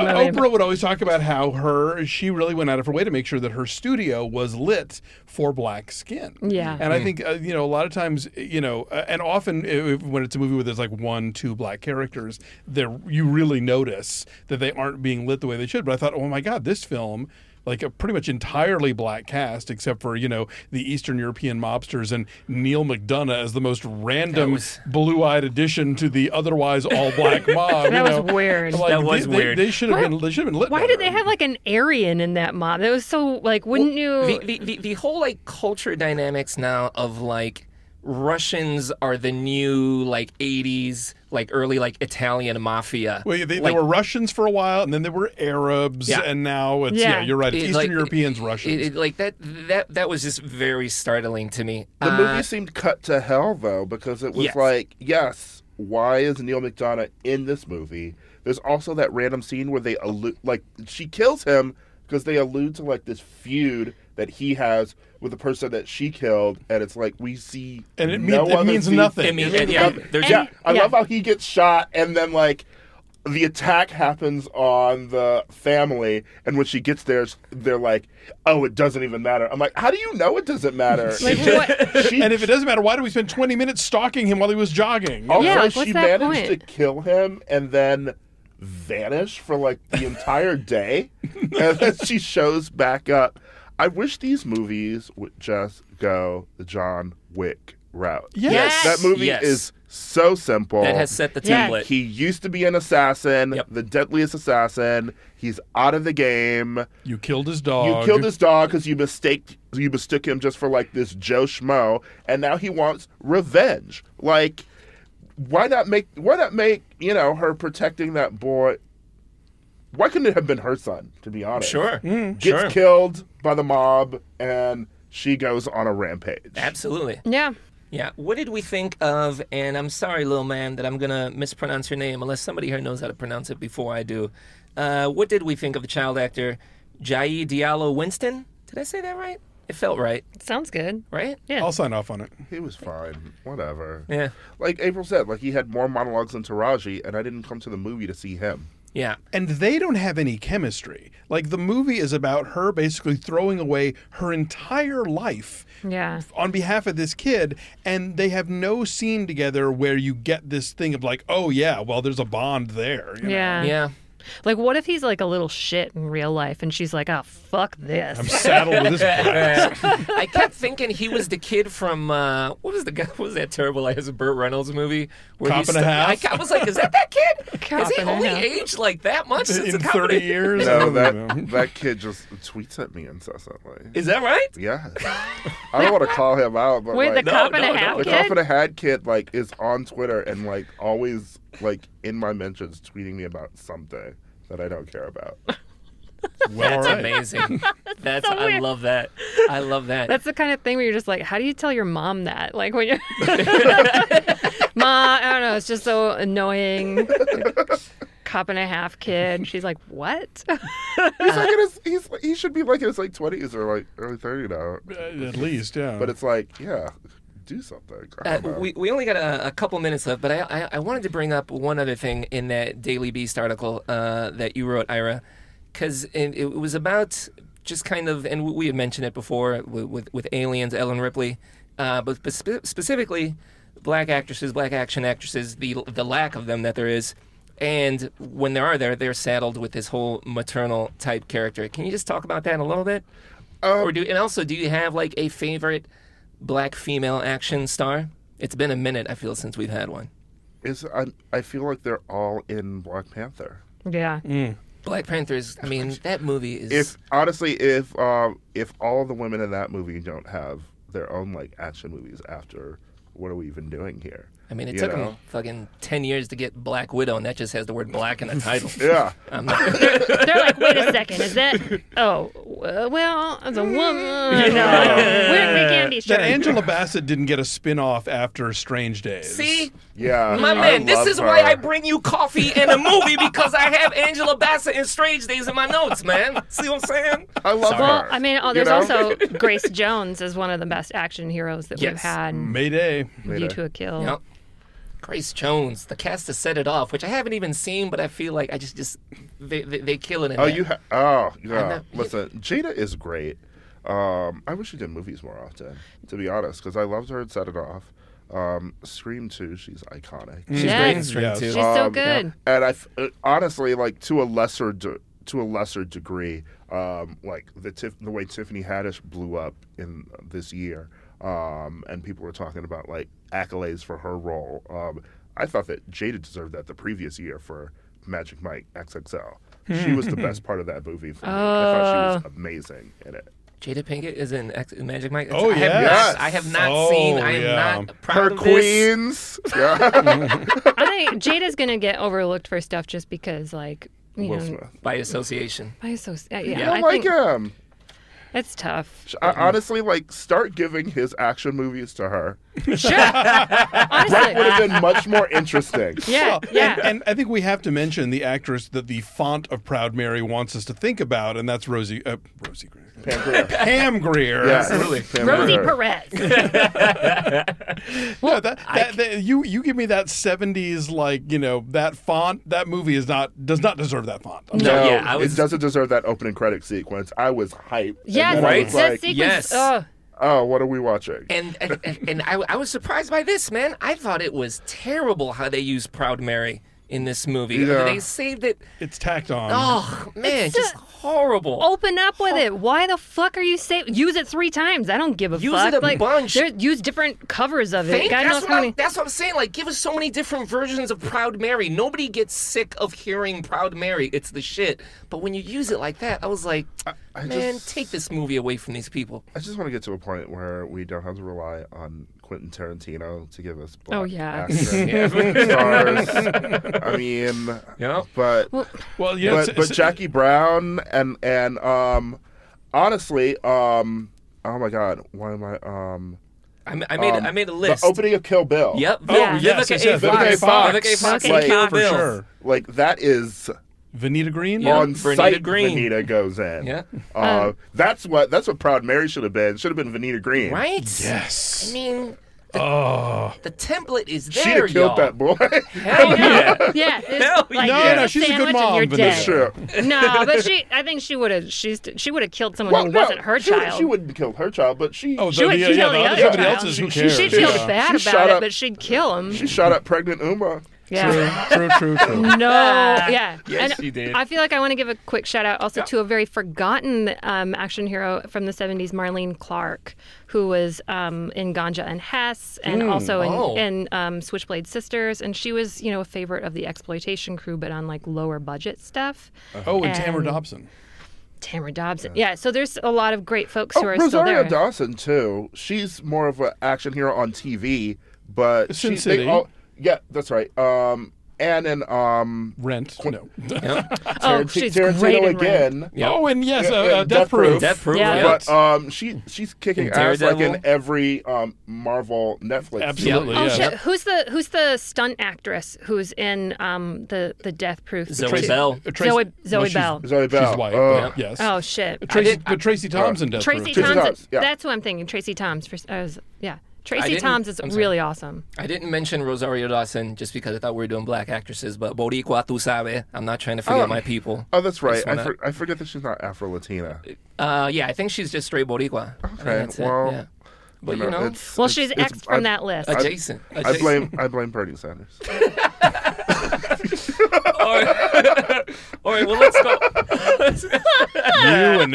Speaker 6: But
Speaker 5: Different
Speaker 6: uh,
Speaker 5: movie.
Speaker 6: Oprah would always talk about how her she really went out of her way to make sure that her studio was lit for black skin.
Speaker 5: Yeah.
Speaker 6: and I think uh, you know a lot of times you know, uh, and often uh, when it's a movie where there's like one, two black characters, there you really notice that they aren't being lit the way they should. But I thought, oh my god, this film. Like a pretty much entirely black cast, except for you know the Eastern European mobsters and Neil McDonough as the most random blue-eyed addition to the otherwise all black mob.
Speaker 5: That
Speaker 6: you know?
Speaker 5: was weird.
Speaker 6: Like,
Speaker 4: That was
Speaker 6: they- they-
Speaker 4: weird.
Speaker 6: They should have
Speaker 5: Why-
Speaker 6: been. They should have been lit.
Speaker 5: Why
Speaker 6: better.
Speaker 5: did they have like an Aryan in that mob? That was so like, wouldn't you?
Speaker 4: the, the, the, the whole like culture dynamics now of like Russians are the new like 80s like early like Italian mafia.
Speaker 6: Well, yeah, they, they
Speaker 4: Like,
Speaker 6: were Russians for a while, and then they were Arabs,
Speaker 4: Yeah.
Speaker 6: and now it's
Speaker 5: Yeah.
Speaker 6: yeah. you're right. It's
Speaker 4: it,
Speaker 6: Eastern
Speaker 4: like,
Speaker 6: Europeans,
Speaker 4: it-
Speaker 6: Russians.
Speaker 4: it- like that that that was just very startling to me.
Speaker 7: The
Speaker 4: Uh,
Speaker 7: movie seemed cut to hell though because it was
Speaker 4: Yes.
Speaker 7: like, yes, why is Neil McDonough in this movie? There's also that random scene where they allude, like she kills him because they allude to like this feud that he has with the person that she killed, and it's like we see
Speaker 6: and it, mean,
Speaker 7: no
Speaker 6: it
Speaker 7: other
Speaker 6: means
Speaker 7: scene-
Speaker 6: nothing.
Speaker 4: I mean, and, yeah, there's
Speaker 7: Yeah, I
Speaker 5: Yeah.
Speaker 7: love how he gets shot, and then like the attack happens on the family, and when she gets there, they're like, "Oh, it doesn't even matter." I'm like, "How do you know it doesn't matter?"
Speaker 5: Like what?
Speaker 7: She-
Speaker 6: and if it doesn't matter, why do we spend 20 minutes stalking him while he was jogging?
Speaker 7: Also,
Speaker 5: Yeah, like, what's
Speaker 7: she
Speaker 5: that
Speaker 7: managed
Speaker 5: point?
Speaker 7: to kill him and then vanish for like the entire day. and then she shows back up. I wish these movies would just go the John Wick route.
Speaker 6: Yes.
Speaker 7: That movie
Speaker 4: Yes.
Speaker 7: is so simple.
Speaker 4: that has set the
Speaker 5: Yeah.
Speaker 4: template.
Speaker 7: he used to be an assassin,
Speaker 4: Yep.
Speaker 7: the deadliest assassin. He's out of the game.
Speaker 6: You killed his dog.
Speaker 7: You killed his dog because you mistaked you mistook him just for like this Joe Schmo, and now he wants revenge. Like, why not make why not make you know her protecting that boy? Why couldn't it have been her son? To be honest,
Speaker 4: Sure.
Speaker 7: gets
Speaker 4: sure.
Speaker 7: killed by the mob, and she goes on a rampage.
Speaker 4: Absolutely.
Speaker 5: yeah.
Speaker 4: Yeah. What did we think of? And I'm sorry, little man, that I'm gonna mispronounce your name unless somebody here knows how to pronounce it before I do. Uh, what did we think of the child actor Jai Diallo Winston? Did I say that right? It felt right,
Speaker 5: Sounds good.
Speaker 4: right?
Speaker 5: Yeah.
Speaker 6: I'll sign off on it.
Speaker 7: He was fine, whatever.
Speaker 4: Yeah.
Speaker 7: Like April said, like he had more monologues than Taraji, and I didn't come to the movie to see him.
Speaker 4: Yeah.
Speaker 6: and they don't have any chemistry. Like the movie is about her basically throwing away her entire life
Speaker 5: Yeah.
Speaker 6: on behalf of this kid and they have no scene together where you get this thing of like, "Oh yeah, well there's a bond there." you know?
Speaker 5: Yeah.
Speaker 4: Yeah.
Speaker 5: Like, what if he's like a little shit in real life and she's like, oh, fuck this?
Speaker 6: I'm saddled with this.
Speaker 4: I kept thinking he was the kid from uh, what was the guy? What was that terrible ass Burt Reynolds movie? Where
Speaker 6: Cop and a Half?
Speaker 4: I, I was like, is that that kid?
Speaker 5: Cop
Speaker 4: Has he
Speaker 5: and a
Speaker 4: only
Speaker 5: Half.
Speaker 4: aged like that much since
Speaker 6: In
Speaker 4: the comedy?
Speaker 6: 30 years? I
Speaker 7: No,
Speaker 6: don't
Speaker 7: that
Speaker 6: know.
Speaker 7: that kid just tweets at me incessantly.
Speaker 4: Is that right?
Speaker 7: yeah, I don't want to call him out, but
Speaker 5: Wait,
Speaker 7: like,
Speaker 5: the
Speaker 4: No,
Speaker 5: cop and
Speaker 4: no,
Speaker 5: a
Speaker 4: no.
Speaker 5: half
Speaker 7: the
Speaker 5: kid?
Speaker 7: Coffin Had kid like is on Twitter and like always like in my mentions tweeting me about something that I don't care about.
Speaker 6: Well, all
Speaker 4: That's
Speaker 6: right.
Speaker 4: amazing. That's
Speaker 5: so
Speaker 4: I
Speaker 5: weird.
Speaker 4: love that. I love that.
Speaker 5: That's the kind of thing where you're just like, how do you tell your mom that? Like when you're, ma, I don't know, it's just so annoying. Cop and a half kid. She's like, what?
Speaker 7: He's like in his, he's he should be like in his like twenties or like early thirty now.
Speaker 6: Uh, At least, yeah.
Speaker 7: But it's like, yeah, do something. I
Speaker 4: Uh,
Speaker 7: don't know.
Speaker 4: we, we only got a, a couple minutes left, but I, I, I wanted to bring up one other thing in that Daily Beast article uh, that you wrote, Ira, because it, it was about just kind of, and we had mentioned it before with, with, with Aliens, Ellen Ripley, uh, but spe- specifically black actresses, black action actresses, the, the lack of them that there is. And when there are there, they're saddled with this whole maternal type character. Can you just talk about that a little bit? or do and also do you have like a favorite black female action star? It's been a minute I feel since we've had one.
Speaker 7: It's, I, I feel like they're all in Black Panther.
Speaker 5: yeah.
Speaker 4: Black Panthers. I mean, that movie is
Speaker 7: If honestly, if um, if all the women in that movie don't have their own like action movies after, what are we even doing here?
Speaker 4: I mean, it
Speaker 7: You
Speaker 4: took
Speaker 7: know?
Speaker 4: them fucking 10 years to get Black Widow and that just has the word black in the title.
Speaker 7: Yeah,
Speaker 4: I'm not,
Speaker 5: They're like, wait a second, is that? Oh, uh, well, as a woman, no, we, we can't be sure.
Speaker 6: That Angela Bassett didn't get a spin off after Strange Days.
Speaker 4: see?
Speaker 7: yeah.
Speaker 4: My
Speaker 7: I
Speaker 4: man, this
Speaker 7: love
Speaker 4: is why
Speaker 7: her.
Speaker 4: I bring you coffee and a movie because I have Angela Bassett and Strange Days in my notes, man. See what I'm saying?
Speaker 7: I love
Speaker 5: Well,
Speaker 7: her.
Speaker 5: I mean, oh,
Speaker 7: you
Speaker 5: there's
Speaker 7: know?
Speaker 5: also Grace Jones is one of the best action heroes that we've
Speaker 4: Yes.
Speaker 5: had.
Speaker 6: Mm. Mayday.
Speaker 5: View to a Kill.
Speaker 4: Yep. Grace Jones, the cast has set it off, which I haven't even seen, but I feel like I just just they they, they kill it. In
Speaker 7: Oh,
Speaker 4: that.
Speaker 7: you ha- oh
Speaker 4: I
Speaker 7: yeah.
Speaker 4: know.
Speaker 7: Listen, Jada is great. Um, I wish she did movies more often, to be honest, because I loved her and set it off. Um, Scream too, she's iconic.
Speaker 4: she's
Speaker 5: Yeah.
Speaker 4: great in Scream
Speaker 6: Yes.
Speaker 4: too.
Speaker 5: She's so
Speaker 7: Um,
Speaker 5: good.
Speaker 7: And I f- uh, honestly like to a lesser de- to a lesser degree, um, like the Tif- the way Tiffany Haddish blew up in this year, um, and people were talking about like accolades for her role. Um, I thought that Jada deserved that the previous year for Magic Mike XXL. She was the
Speaker 5: Hmm.
Speaker 7: best part of that movie for me. I thought she
Speaker 5: Oh.
Speaker 7: was amazing in it.
Speaker 4: Jada Pinkett is in X- in Magic Mike.
Speaker 6: Oh,
Speaker 4: I have
Speaker 7: yes.
Speaker 4: not, I have not
Speaker 6: Oh,
Speaker 4: seen. I am
Speaker 6: yeah.
Speaker 4: not proud
Speaker 7: Her
Speaker 4: of this.
Speaker 7: queens. Yeah.
Speaker 5: I think Jada's gonna get overlooked for stuff just because, like, you
Speaker 7: Will
Speaker 5: know,
Speaker 7: Smith.
Speaker 4: by association.
Speaker 5: I so yeah,
Speaker 7: You
Speaker 5: I
Speaker 7: don't like
Speaker 5: think
Speaker 7: him.
Speaker 5: it's tough.
Speaker 7: I, honestly, like, start giving his action movies to her.
Speaker 5: Honestly,
Speaker 7: would have been much more interesting.
Speaker 5: yeah,
Speaker 6: Well,
Speaker 5: yeah.
Speaker 6: And, and I think we have to mention the actress that the font of Proud Mary wants us to think about, and that's Rosie, uh, Rosie Greer.
Speaker 7: Pam Grier.
Speaker 6: Pam Greer.
Speaker 7: Yeah, absolutely. Pam
Speaker 5: Rosie
Speaker 7: Grier.
Speaker 5: Perez.
Speaker 6: Yeah, that, that, that- you you give me that '70s like you know that font. That movie is not does not deserve that font. I'm
Speaker 4: No,
Speaker 7: No,
Speaker 4: yeah, I was.
Speaker 7: it doesn't deserve that opening credit sequence. I was hyped.
Speaker 5: Yes,
Speaker 7: And then I was
Speaker 4: Right?
Speaker 5: that
Speaker 7: like,
Speaker 5: sequence.
Speaker 4: yes.
Speaker 5: Oh,
Speaker 7: oh, what are we watching?
Speaker 4: and and, and I, I was surprised by this man. I thought it was terrible how they used Proud Mary in this movie.
Speaker 7: Yeah.
Speaker 4: They saved it.
Speaker 6: It's tacked on.
Speaker 4: Oh man, just horrible.
Speaker 5: open up with it. Why the fuck are you saving? Use it three times. I don't give a
Speaker 4: Use
Speaker 5: fuck.
Speaker 4: it a
Speaker 5: like,
Speaker 4: bunch.
Speaker 5: there- Use different covers of
Speaker 4: Thank-
Speaker 5: it. God knows
Speaker 4: that's,
Speaker 5: how
Speaker 4: what I,
Speaker 5: many.
Speaker 4: that's what I'm saying. Like, give us so many different versions of Proud Mary. Nobody gets sick of hearing Proud Mary. It's the shit. But when you use it like that, I was like,
Speaker 7: I
Speaker 4: man,
Speaker 7: just-
Speaker 4: take this movie away from these people.
Speaker 7: I just want to get to a point where we don't have to rely on Quentin Tarantino to give us black
Speaker 5: Oh, yeah.
Speaker 7: action stars. I mean,
Speaker 4: Yeah.
Speaker 7: but
Speaker 6: well, you know, it's-
Speaker 7: but, but
Speaker 6: it's-
Speaker 7: Jackie Brown and and um, honestly, um, oh my God, why am I um?
Speaker 4: I, m- I made I made a list.
Speaker 7: The opening of Kill Bill.
Speaker 4: Yep.
Speaker 6: Oh,
Speaker 4: yeah.
Speaker 6: yes,
Speaker 4: Vivica
Speaker 6: yes,
Speaker 4: A.
Speaker 6: yes,
Speaker 4: Fox.
Speaker 7: Vivica A. Fox.
Speaker 4: Vivica A. Fox
Speaker 5: Fucking
Speaker 4: and Kill
Speaker 5: Kill
Speaker 6: for
Speaker 4: Bill.
Speaker 6: sure.
Speaker 7: Like that is
Speaker 6: Vanita Green.
Speaker 4: Yeah.
Speaker 7: on
Speaker 4: Vernita
Speaker 7: site
Speaker 4: Green.
Speaker 7: Vanita goes in.
Speaker 4: Yeah.
Speaker 7: Uh, that's what that's what Proud Mary should have been. Should have been Vanita Green.
Speaker 4: Right? I
Speaker 6: Yes.
Speaker 4: mean,
Speaker 6: Oh.
Speaker 4: the template is there,
Speaker 7: She'd have
Speaker 4: y'all.
Speaker 7: killed that boy.
Speaker 4: Hell yeah.
Speaker 5: Yeah. it's
Speaker 4: Hell
Speaker 5: like,
Speaker 4: yeah.
Speaker 5: here's
Speaker 4: No, no,
Speaker 6: she's a good
Speaker 5: sandwich and
Speaker 6: mom,
Speaker 5: you're
Speaker 6: Vanessa.
Speaker 5: dead.
Speaker 7: sure.
Speaker 5: No, but she. I think she would have. She's. She would have killed someone
Speaker 7: Well,
Speaker 5: who
Speaker 7: no,
Speaker 5: wasn't her
Speaker 7: she,
Speaker 5: child.
Speaker 7: She wouldn't kill her child, but she
Speaker 6: Oh,
Speaker 5: She
Speaker 6: the,
Speaker 5: would
Speaker 6: yeah,
Speaker 5: kill
Speaker 6: yeah,
Speaker 5: the
Speaker 6: the
Speaker 5: other
Speaker 6: somebody
Speaker 5: child.
Speaker 6: else's. Who
Speaker 5: She
Speaker 6: cares?
Speaker 5: she feels
Speaker 6: Yeah.
Speaker 5: bad
Speaker 7: She
Speaker 5: about
Speaker 7: shot
Speaker 5: it,
Speaker 7: up-
Speaker 5: but she'd kill him.
Speaker 7: she shot up pregnant Uma.
Speaker 5: Yeah.
Speaker 6: True, true, true.
Speaker 5: No, yeah.
Speaker 4: Yes,
Speaker 5: and
Speaker 4: you did.
Speaker 5: I feel like I want to give a quick shout out also to a very forgotten um, action hero from the 70s, Marlene Clark, who was um, in Ganja and Hess and also in,
Speaker 4: oh.
Speaker 5: in um, Switchblade Sisters. And she was, you know, a favorite of the exploitation crew, but on like lower budget stuff.
Speaker 6: Oh, and Tamara
Speaker 5: And-
Speaker 6: Dobson.
Speaker 5: Tamara Dobson. Yeah. So there's a lot of great folks who
Speaker 7: Oh,
Speaker 5: are still
Speaker 7: Rosario
Speaker 5: there.
Speaker 7: Dawson too. She's more of an action hero on TV, but
Speaker 6: Sin
Speaker 7: she, they
Speaker 6: City.
Speaker 7: all- yeah, that's right. Um, and in um,
Speaker 6: Rent. No.
Speaker 5: oh,
Speaker 7: Tarant-
Speaker 5: she's
Speaker 7: Tarantino
Speaker 5: great in Rent.
Speaker 7: again.
Speaker 4: Yeah.
Speaker 6: Oh, and yes,
Speaker 7: Yeah,
Speaker 6: uh,
Speaker 7: yeah,
Speaker 6: uh, Death,
Speaker 7: Death
Speaker 6: Proof.
Speaker 7: Proof.
Speaker 4: Death proof.
Speaker 5: Yeah.
Speaker 4: Yeah.
Speaker 7: But um, she she's kicking
Speaker 4: In
Speaker 7: ass like in
Speaker 4: Daredevil?
Speaker 7: every um, Marvel Netflix.
Speaker 6: Absolutely.
Speaker 5: Oh
Speaker 6: yeah.
Speaker 5: shit! Who's the who's the stunt actress who's in um the the Death Proof? The
Speaker 4: Zoe
Speaker 5: two-
Speaker 4: Bell.
Speaker 6: Uh,
Speaker 5: Zoe Zoe
Speaker 6: she's-
Speaker 5: Bell.
Speaker 7: Zoe Bell.
Speaker 6: She's white.
Speaker 7: Uh,
Speaker 6: but Yes. Uh,
Speaker 5: Oh shit!
Speaker 6: Tracy, but Tracy Thompson does.
Speaker 5: Tracy
Speaker 7: Tracy
Speaker 5: Thompson.
Speaker 7: Thomas, yeah.
Speaker 5: That's who I'm thinking. Tracy Toms. For, I was, yeah. Tracy
Speaker 4: didn't-
Speaker 5: Toms is
Speaker 4: I'm sorry.
Speaker 5: really awesome.
Speaker 4: I didn't mention Rosario Dawson just because I thought we were doing black actresses, but Boricua, tu sabe. I'm not trying to forget
Speaker 7: Um,
Speaker 4: my people.
Speaker 7: Oh, that's right. I,
Speaker 4: wanna-
Speaker 7: for, I forget that she's not Afro Latina.
Speaker 4: Uh, yeah, I think she's just straight Boricua. I think
Speaker 7: Okay,
Speaker 4: that's it,
Speaker 7: well,
Speaker 4: yeah. But you know,
Speaker 7: it's-
Speaker 5: Well,
Speaker 7: it's-
Speaker 5: she's
Speaker 7: it's-
Speaker 5: X from
Speaker 7: I-
Speaker 5: that list.
Speaker 4: adjacent.
Speaker 7: I
Speaker 4: adjacent.
Speaker 7: blame I blame Bernie Sanders.
Speaker 4: All right. All right, well, let's go.
Speaker 6: you and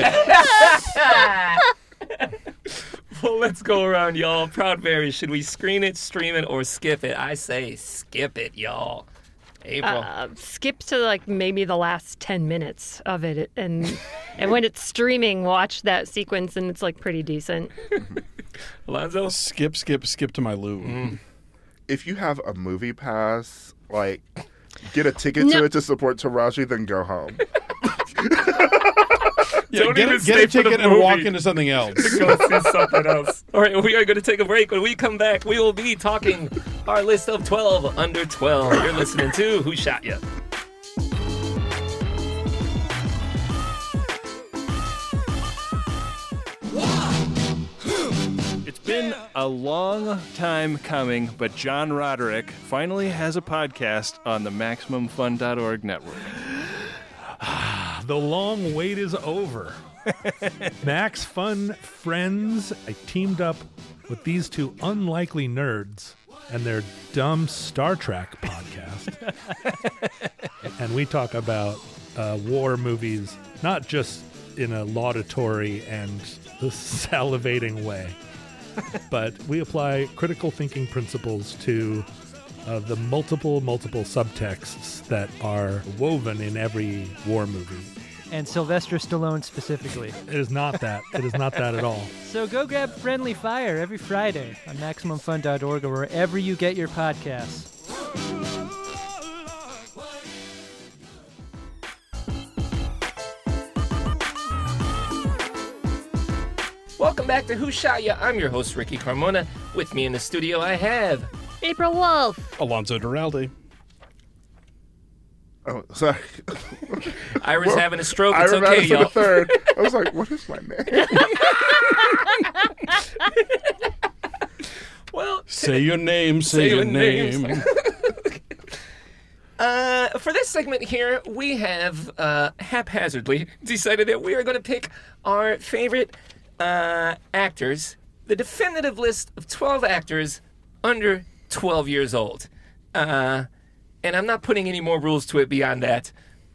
Speaker 6: else.
Speaker 4: well, let's go around, y'all. Proud Mary, should we screen it, stream it, or skip it? I say skip it, y'all. April.
Speaker 5: Uh, skip to like maybe the last ten minutes of it, and and when it's streaming, watch that sequence, and it's like pretty decent.
Speaker 4: Alonzo?
Speaker 6: skip, skip, skip to my loo.
Speaker 4: Mm.
Speaker 7: If you have a movie pass, like get a ticket
Speaker 5: No.
Speaker 7: to it to support Taraji, then go home.
Speaker 6: Yeah,
Speaker 4: Don't
Speaker 6: get
Speaker 4: even
Speaker 6: a,
Speaker 4: stay
Speaker 6: get a
Speaker 4: for the
Speaker 6: ticket and walk
Speaker 4: movie.
Speaker 6: into something else.
Speaker 4: Go see something else. All right, we are going to take a break. When we come back, we will be talking our list of 12 under 12. You're listening to Who Shot Ya?
Speaker 10: It's been a long time coming, but John Roderick finally has a podcast on the MaximumFun.org network.
Speaker 11: The long wait is over. Max Fun Friends, I teamed up with these two unlikely nerds and their dumb Star Trek podcast. and we talk about uh, war movies, not just in a laudatory and salivating way, but we apply critical thinking principles to uh, the multiple, multiple subtexts that are woven in every war movie.
Speaker 10: And Sylvester Stallone specifically.
Speaker 11: It is not that. It is not that at all.
Speaker 10: So go grab Friendly Fire every Friday on MaximumFun.org or wherever you get your podcasts.
Speaker 4: Welcome back to Who Shot Ya? I'm your host, Ricky Carmona. With me in the studio, I have.
Speaker 5: April Wolf.
Speaker 6: Alonzo Duralde.
Speaker 7: Oh, sorry.
Speaker 4: Ira's having a stroke.
Speaker 7: I
Speaker 4: It's
Speaker 7: remember
Speaker 4: okay,
Speaker 7: for the
Speaker 4: y'all.
Speaker 7: third. I was like, what is my name?
Speaker 4: Well,
Speaker 6: Say your name, say,
Speaker 4: your
Speaker 6: your,
Speaker 4: names.
Speaker 6: name.
Speaker 4: Uh, for this segment here, we have uh, haphazardly decided that we are going to pick our favorite uh, actors, the definitive list of 12 actors under 12 years old. Uh, and I'm not putting any more rules to it beyond that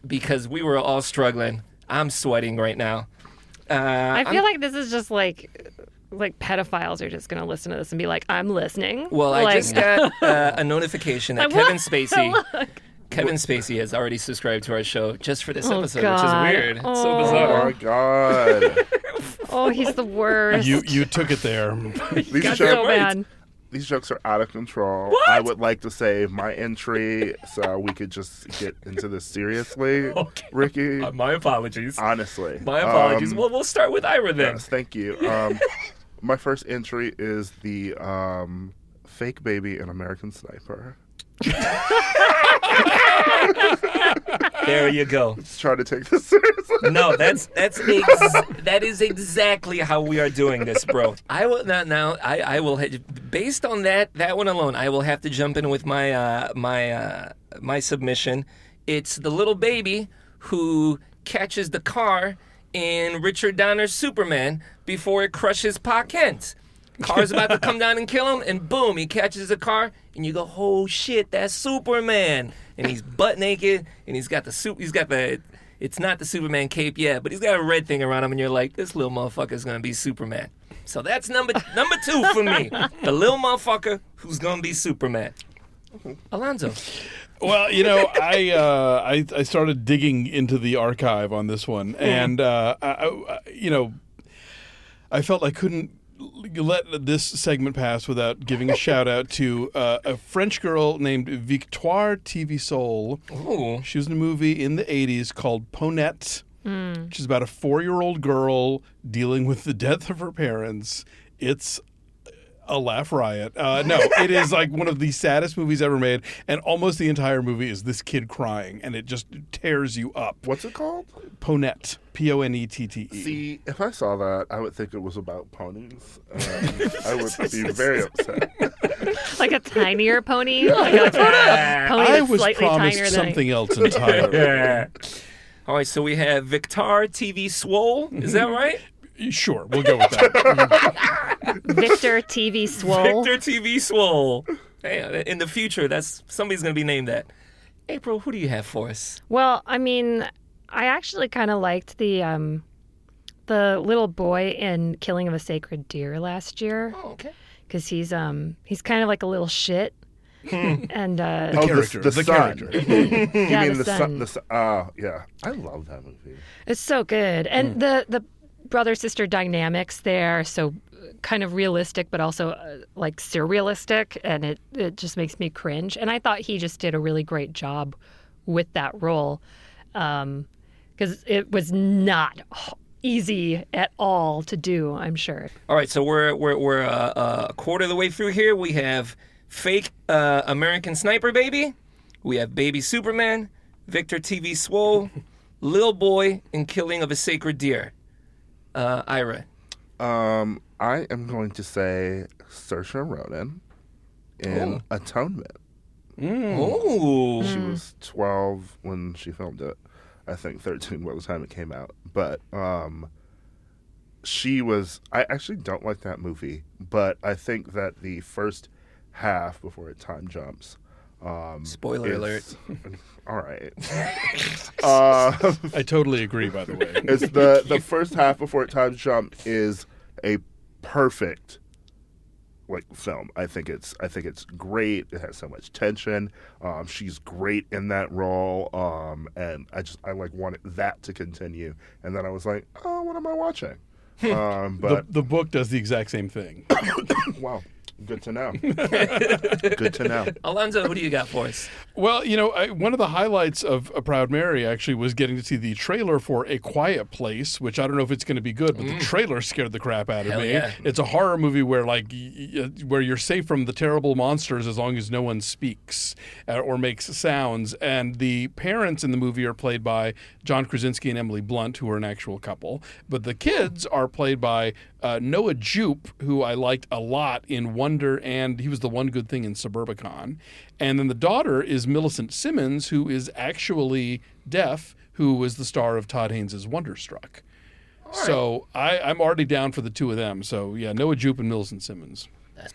Speaker 4: because we were all struggling. I'm sweating right now.
Speaker 5: I feel like this is just like like pedophiles are just gonna listen to this and be like, I'm listening.
Speaker 4: Well, I
Speaker 5: Like-
Speaker 4: just got uh, a notification that
Speaker 5: What?
Speaker 4: Kevin Spacey. Kevin Spacey has already subscribed to our show just for this episode,
Speaker 5: Oh, God.
Speaker 4: which is weird. It's so
Speaker 5: Oh.
Speaker 4: bizarre.
Speaker 7: Oh my god.
Speaker 5: oh, he's the worst.
Speaker 6: You you took it there.
Speaker 7: These
Speaker 5: That's
Speaker 7: jokes,
Speaker 5: so bad.
Speaker 7: these jokes are out of control. I would like to save my entry so we could just get into this seriously,
Speaker 4: Okay.
Speaker 7: Ricky.
Speaker 4: Uh, my apologies.
Speaker 7: honestly,
Speaker 4: My apologies.
Speaker 7: Um,
Speaker 4: well, we'll start with Ira then.
Speaker 7: yes, thank you. Um, my first entry is the um, fake baby in American Sniper.
Speaker 4: There you go.
Speaker 7: Just trying to take this seriously.
Speaker 4: No, that's that's ex- that is exactly how we are doing this, bro. I will not now. I I will ha- based on that that one alone. I will have to jump in with my uh, my uh, my submission. It's the little baby who catches the car in Richard Donner's Superman before it crushes Pa Kent. Car's about to come down and kill him, and boom, he catches the car, and you go, "Oh shit, that's Superman!" And he's butt naked, and he's got the suit. He's got the. It's not the Superman cape yet, but he's got a red thing around him, and you're like, "This little motherfucker's gonna be Superman." So that's number number two for me. The little motherfucker who's gonna be Superman. Alonzo.
Speaker 6: Well, you know, I, uh, I I started digging into the archive on this one, and uh, I, I, you know, I felt I couldn't l- let this segment pass without giving a shout out to uh, a French girl named Victoire TV Soul. She was in a movie in the '80s called Ponette.
Speaker 5: Mm.
Speaker 6: She's about a four year old girl dealing with the death of her parents. It's a laugh riot. Uh, no, it is like one of the saddest movies ever made. And almost the entire movie is this kid crying, and it just tears you up.
Speaker 7: What's it called?
Speaker 6: Ponette. P O N E T T E.
Speaker 7: See, if I saw that, I would think it was about ponies. Um, I would be very upset.
Speaker 5: like a tinier pony, like a sort of a pony
Speaker 6: I
Speaker 5: that's
Speaker 6: was
Speaker 5: Oh, slightly
Speaker 6: promised
Speaker 5: tinier
Speaker 6: something else entirely.
Speaker 4: All right, so we have Victor TV Swole. Is that right?
Speaker 6: Sure, we'll go with that.
Speaker 5: than I- Victor TV Swole.
Speaker 4: Victor TV Swole. Hey, in the future, that's somebody's gonna be named that. April, who do you have for us?
Speaker 5: Well, I mean, I actually kind of liked the um, the little boy in Killing of a Sacred Deer last year.
Speaker 4: Oh, okay.
Speaker 5: Because he's um he's kind of like a little shit,
Speaker 4: Hmm.
Speaker 5: and uh,
Speaker 7: Oh, the, the son. you
Speaker 5: Yeah,
Speaker 7: mean
Speaker 5: the
Speaker 7: the son?
Speaker 5: son.
Speaker 7: The son. Ah, yeah. I love that movie.
Speaker 5: It's so good. And the the brother sister dynamics there are so uh, kind of realistic but also uh, like surrealistic and it it just makes me cringe. And I thought he just did a really great job with that role. Um 'cause cuz it was not h- easy at all to do, I'm sure.
Speaker 4: All right, so we're we're we're uh, uh, a quarter of the way through here. We have fake uh, American Sniper Baby. We have Baby Superman, Victor TV Swole, Lil Boy, and Killing of a Sacred Deer. Uh, Ira.
Speaker 7: Um, I am going to say Saoirse Ronan in
Speaker 4: Ooh.
Speaker 7: Atonement.
Speaker 4: Ooh.
Speaker 7: She
Speaker 4: Mm.
Speaker 7: was 12 when she filmed it. I think 13 by the time it came out. But um, she was. I actually don't like that movie, but I think that the first half before it time jumps. Um,
Speaker 4: Spoiler
Speaker 7: is-
Speaker 4: alert.
Speaker 7: All right. uh,
Speaker 6: I totally agree, by the way.
Speaker 7: it's the the first half before it time jump is a perfect like film. I think it's I think it's great. It has so much tension. Um, she's great in that role, um, and I just I like wanted that to continue. And then I was like, oh, what am I watching? um, but
Speaker 6: the, the book does the exact same thing.
Speaker 7: wow, good to know. good to know.
Speaker 4: Alonzo, what do you got for us?
Speaker 6: Well, you know, I, one of the highlights of A Proud Mary actually was getting to see the trailer for A Quiet Place, which I don't know if it's going to be good, but the trailer scared the crap out of
Speaker 4: Mm. Hell
Speaker 6: me.
Speaker 4: yeah.
Speaker 6: It's a horror movie where like y- y- where you're safe from the terrible monsters as long as no one speaks uh, or makes sounds. And the parents in the movie are played by John Krasinski and Emily Blunt, who are an actual couple, but the kids are played by uh, Noah Jupe, who I liked a lot in Wonder, and he was the one good thing in Suburbicon. And then the daughter is Millicent Simmons, who is actually deaf, who was the star of Todd Haynes' Wonderstruck. So I, I'm already down for the two of them. So yeah, Noah Jupe and Millicent Simmons.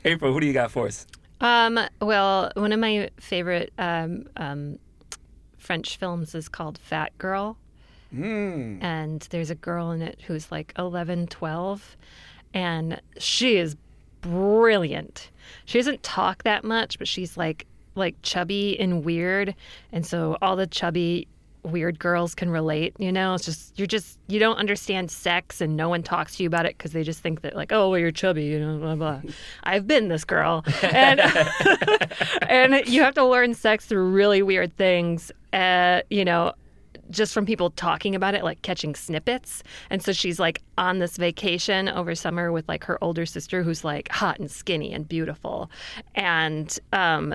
Speaker 4: April, who do you got for us?
Speaker 5: Um, well, one of my favorite um, um, French films is called Fat Girl. Mm. And there's a girl in it who's like 11, 12, and she is brilliant. She doesn't talk that much, but she's like like chubby and weird, and so all the chubby weird girls can relate, you know? It's just you're just you don't understand sex and no one talks to you about it cuz they just think that like, "Oh, well you're chubby," you know, blah blah. I've been this girl. And and you have to learn sex through really weird things. Uh, you know, just from people talking about it, like catching snippets. And so she's like on this vacation over summer with like her older sister, who's like hot and skinny and beautiful, and um,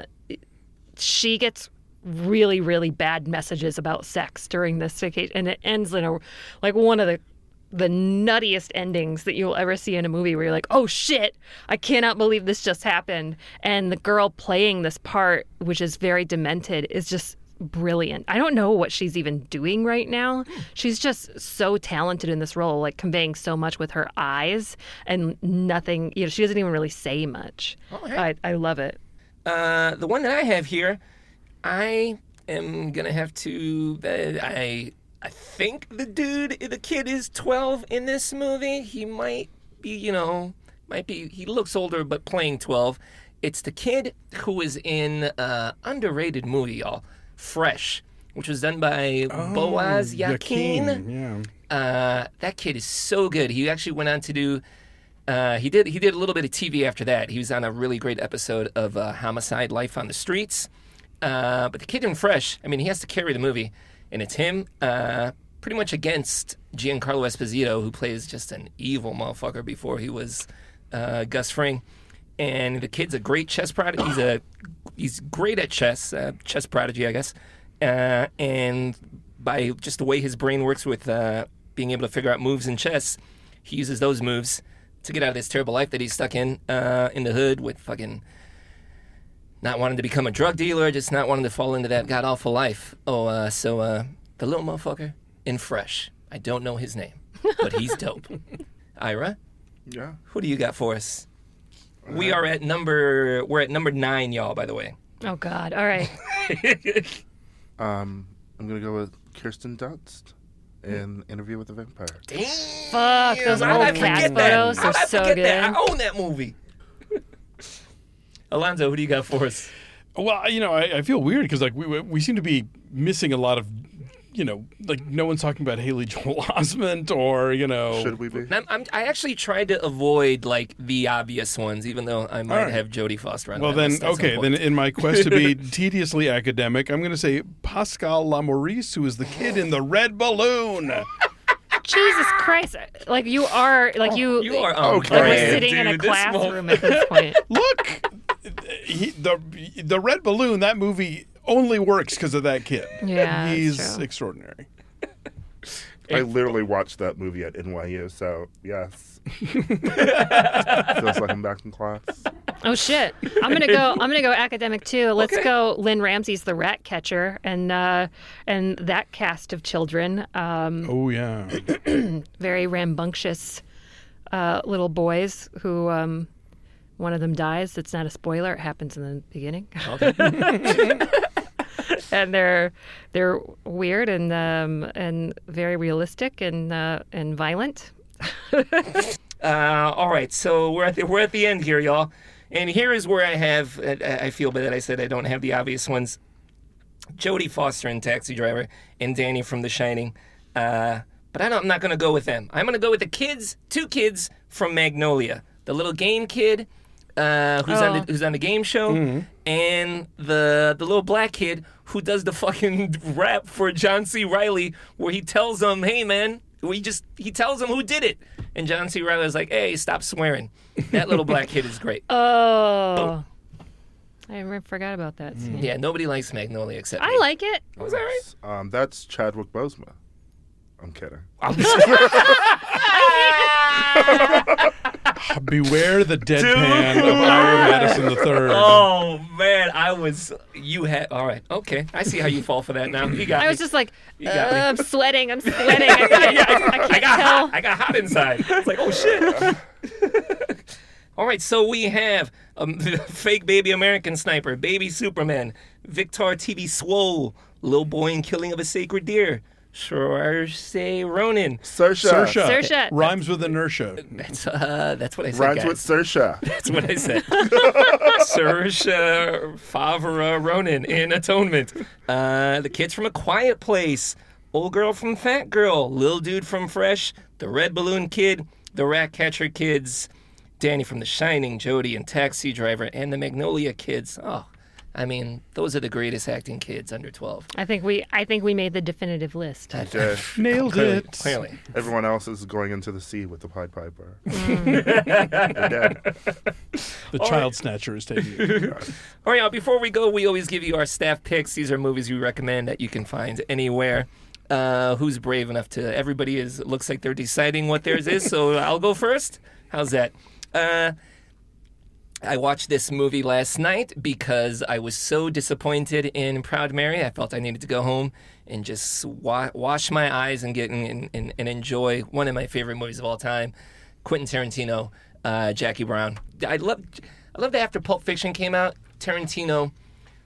Speaker 5: she gets really really bad messages about sex during this vacation and it ends in a like one of the the nuttiest endings that you'll ever see in a movie where you're like oh shit i cannot believe this just happened and the girl playing this part which is very demented is just brilliant. I don't know what she's even doing right now. She's just so talented in this role, like conveying so much with her eyes and nothing. You know, she doesn't even really say much. I, I love it.
Speaker 4: Uh, the one that I have here, I am gonna have to. Uh, I I think the dude, the kid, is twelve in this movie. He might be, you know, might be. He looks older, but playing twelve. It's the kid who is in uh, underrated movie, y'all. Fresh, which was done by Boaz Yakin.
Speaker 6: Yeah.
Speaker 4: Uh, that kid is so good. He actually went on to do. Uh, he did. He did a little bit of TV after that. He was on a really great episode of uh, Homicide: Life on the Streets. Uh, but the kid in Fresh, I mean, he has to carry the movie, and it's him, uh, pretty much against Giancarlo Esposito, who plays just an evil motherfucker before he was uh, Gus Fring. And the kid's a great chess prodigy. He's a he's great at chess, uh, chess prodigy, I guess. Uh, and by just the way his brain works with uh, being able to figure out moves in chess, he uses those moves to get out of this terrible life that he's stuck in uh, in the hood with fucking not wanting to become a drug dealer, just not wanting to fall into that god awful life. Oh, uh, so uh, the little motherfucker in Fresh. I don't know his name, but he's dope. Ira,
Speaker 7: Yeah.
Speaker 4: who do you got for us? We are at number we're at number nine, y'all. By the way,
Speaker 5: Oh God! All right,
Speaker 7: Um, I'm gonna go with Kirsten Dunst in Interview with the Vampire.
Speaker 5: fuck those
Speaker 4: How'd I
Speaker 5: old cat
Speaker 4: forget that?
Speaker 5: photos
Speaker 4: How'd
Speaker 5: are
Speaker 4: I
Speaker 5: so
Speaker 4: forget
Speaker 5: good.
Speaker 4: that? Oh, I own that movie. Alonzo, who do you got for us?
Speaker 6: Well, you know, I, I feel weird because like we we seem to be missing a lot of, you know, like no one's talking about Haley Joel Osment or you know.
Speaker 7: Should we be?
Speaker 4: I'm, I'm, I actually tried to avoid like the obvious ones, even though I might
Speaker 6: right.
Speaker 4: have Jodie Foster on
Speaker 6: Well
Speaker 4: that
Speaker 6: then,
Speaker 4: list at some
Speaker 6: okay.
Speaker 4: point.
Speaker 6: Then, in my quest to be tediously academic, I'm going to say Pascal Lamorisse, who is the kid in the red balloon.
Speaker 5: Jesus Christ! Like you are, like you,
Speaker 4: you are on
Speaker 5: like we're
Speaker 4: brand,
Speaker 5: sitting in a
Speaker 4: dude. This mo-
Speaker 5: classroom at this point.
Speaker 6: Look, he, the the red balloon. That movie only works because of that kid.
Speaker 5: Yeah, that's
Speaker 6: he's
Speaker 5: true.
Speaker 6: extraordinary.
Speaker 7: I literally watched that movie at NYU, so yes. Feels like I'm back in class.
Speaker 5: Oh shit! I'm gonna go. I'm gonna go academic too. Let's go. Lynn Ramsey's The Rat Catcher, and uh, and that cast of children, um,
Speaker 6: Oh yeah,
Speaker 5: very rambunctious uh, little boys who um, one of them dies. That's not a spoiler. It happens in the beginning. and they're they're weird and um, and very realistic and uh, and violent.
Speaker 4: Uh, all right, so we're at the, we're at the end here, y'all, and here is where I have I, I feel bad that I said I don't have the obvious ones. Jodie Foster in Taxi Driver and Danny from The Shining, uh, but I don't, I'm not going to go with them. I'm going to go with the kids, two kids from Magnolia, the little game kid uh, who's on
Speaker 5: Oh. Mm-hmm.
Speaker 4: the, who's on the game show, and the the little black kid who does the fucking rap for John C. Riley, where he tells him, "Hey, man." We just he tells him who did it, and John C. Riley is like, "Hey, stop swearing." That little black kid is great.
Speaker 5: Uh, Oh, I re- forgot about that. scene.
Speaker 4: yeah, nobody likes Magnolia except
Speaker 5: I
Speaker 4: me.
Speaker 5: like it.
Speaker 4: Was that right?
Speaker 7: Um, that's Chadwick Boseman. I'm kidding.
Speaker 4: Ah,
Speaker 6: beware the deadpan of Ira Madison the Third.
Speaker 4: Oh man, I was you had all right. Okay, I see how you fall for that now. You got
Speaker 5: I
Speaker 4: me.
Speaker 5: was just like, uh,
Speaker 4: got me.
Speaker 5: I'm sweating. I'm sweating. I can't, I, I
Speaker 4: I
Speaker 5: can't
Speaker 4: got
Speaker 5: tell.
Speaker 4: hot. I got hot inside. It's like, oh shit. All right, so we have um, fake baby American sniper, baby Superman, Victor TV Swole, little boy in killing of a sacred deer, Saoirse Ronan.
Speaker 7: Sersha.
Speaker 6: Sersha.
Speaker 5: Sersha.
Speaker 6: Rhymes with inertia.
Speaker 4: That's uh, that's what I said,
Speaker 7: Rhymes
Speaker 4: guys.
Speaker 7: with Sersha.
Speaker 4: That's what I said. Saoirse Favre Ronan in Atonement. Uh, the kids from A Quiet Place. Old girl from Fat Girl. Little dude from Fresh. The Red Balloon Kid. The Rat Catcher Kids. Danny from The Shining. Jody and Taxi Driver. And the Magnolia Kids. Oh, I mean, those are the greatest acting kids under 12.
Speaker 5: I think we I think we made the definitive list.
Speaker 7: Okay.
Speaker 6: Nailed
Speaker 4: Clearly.
Speaker 6: it.
Speaker 4: Clearly.
Speaker 7: uh, Everyone else is going into the sea with the Pied Piper.
Speaker 6: The child snatcher is taking it.
Speaker 4: All right, now, before we go, we always give you our staff picks. These are movies we recommend that you can find anywhere. Uh, who's brave enough to? Everybody is looks like they're deciding what theirs is, so I'll go first. How's that? Uh, I watched this movie last night because I was so disappointed in Proud Mary. I felt I needed to go home and just wa- wash my eyes and get and, and, and enjoy one of my favorite movies of all time, Quentin Tarantino, uh, Jackie Brown. I loved I loved after Pulp Fiction came out, Tarantino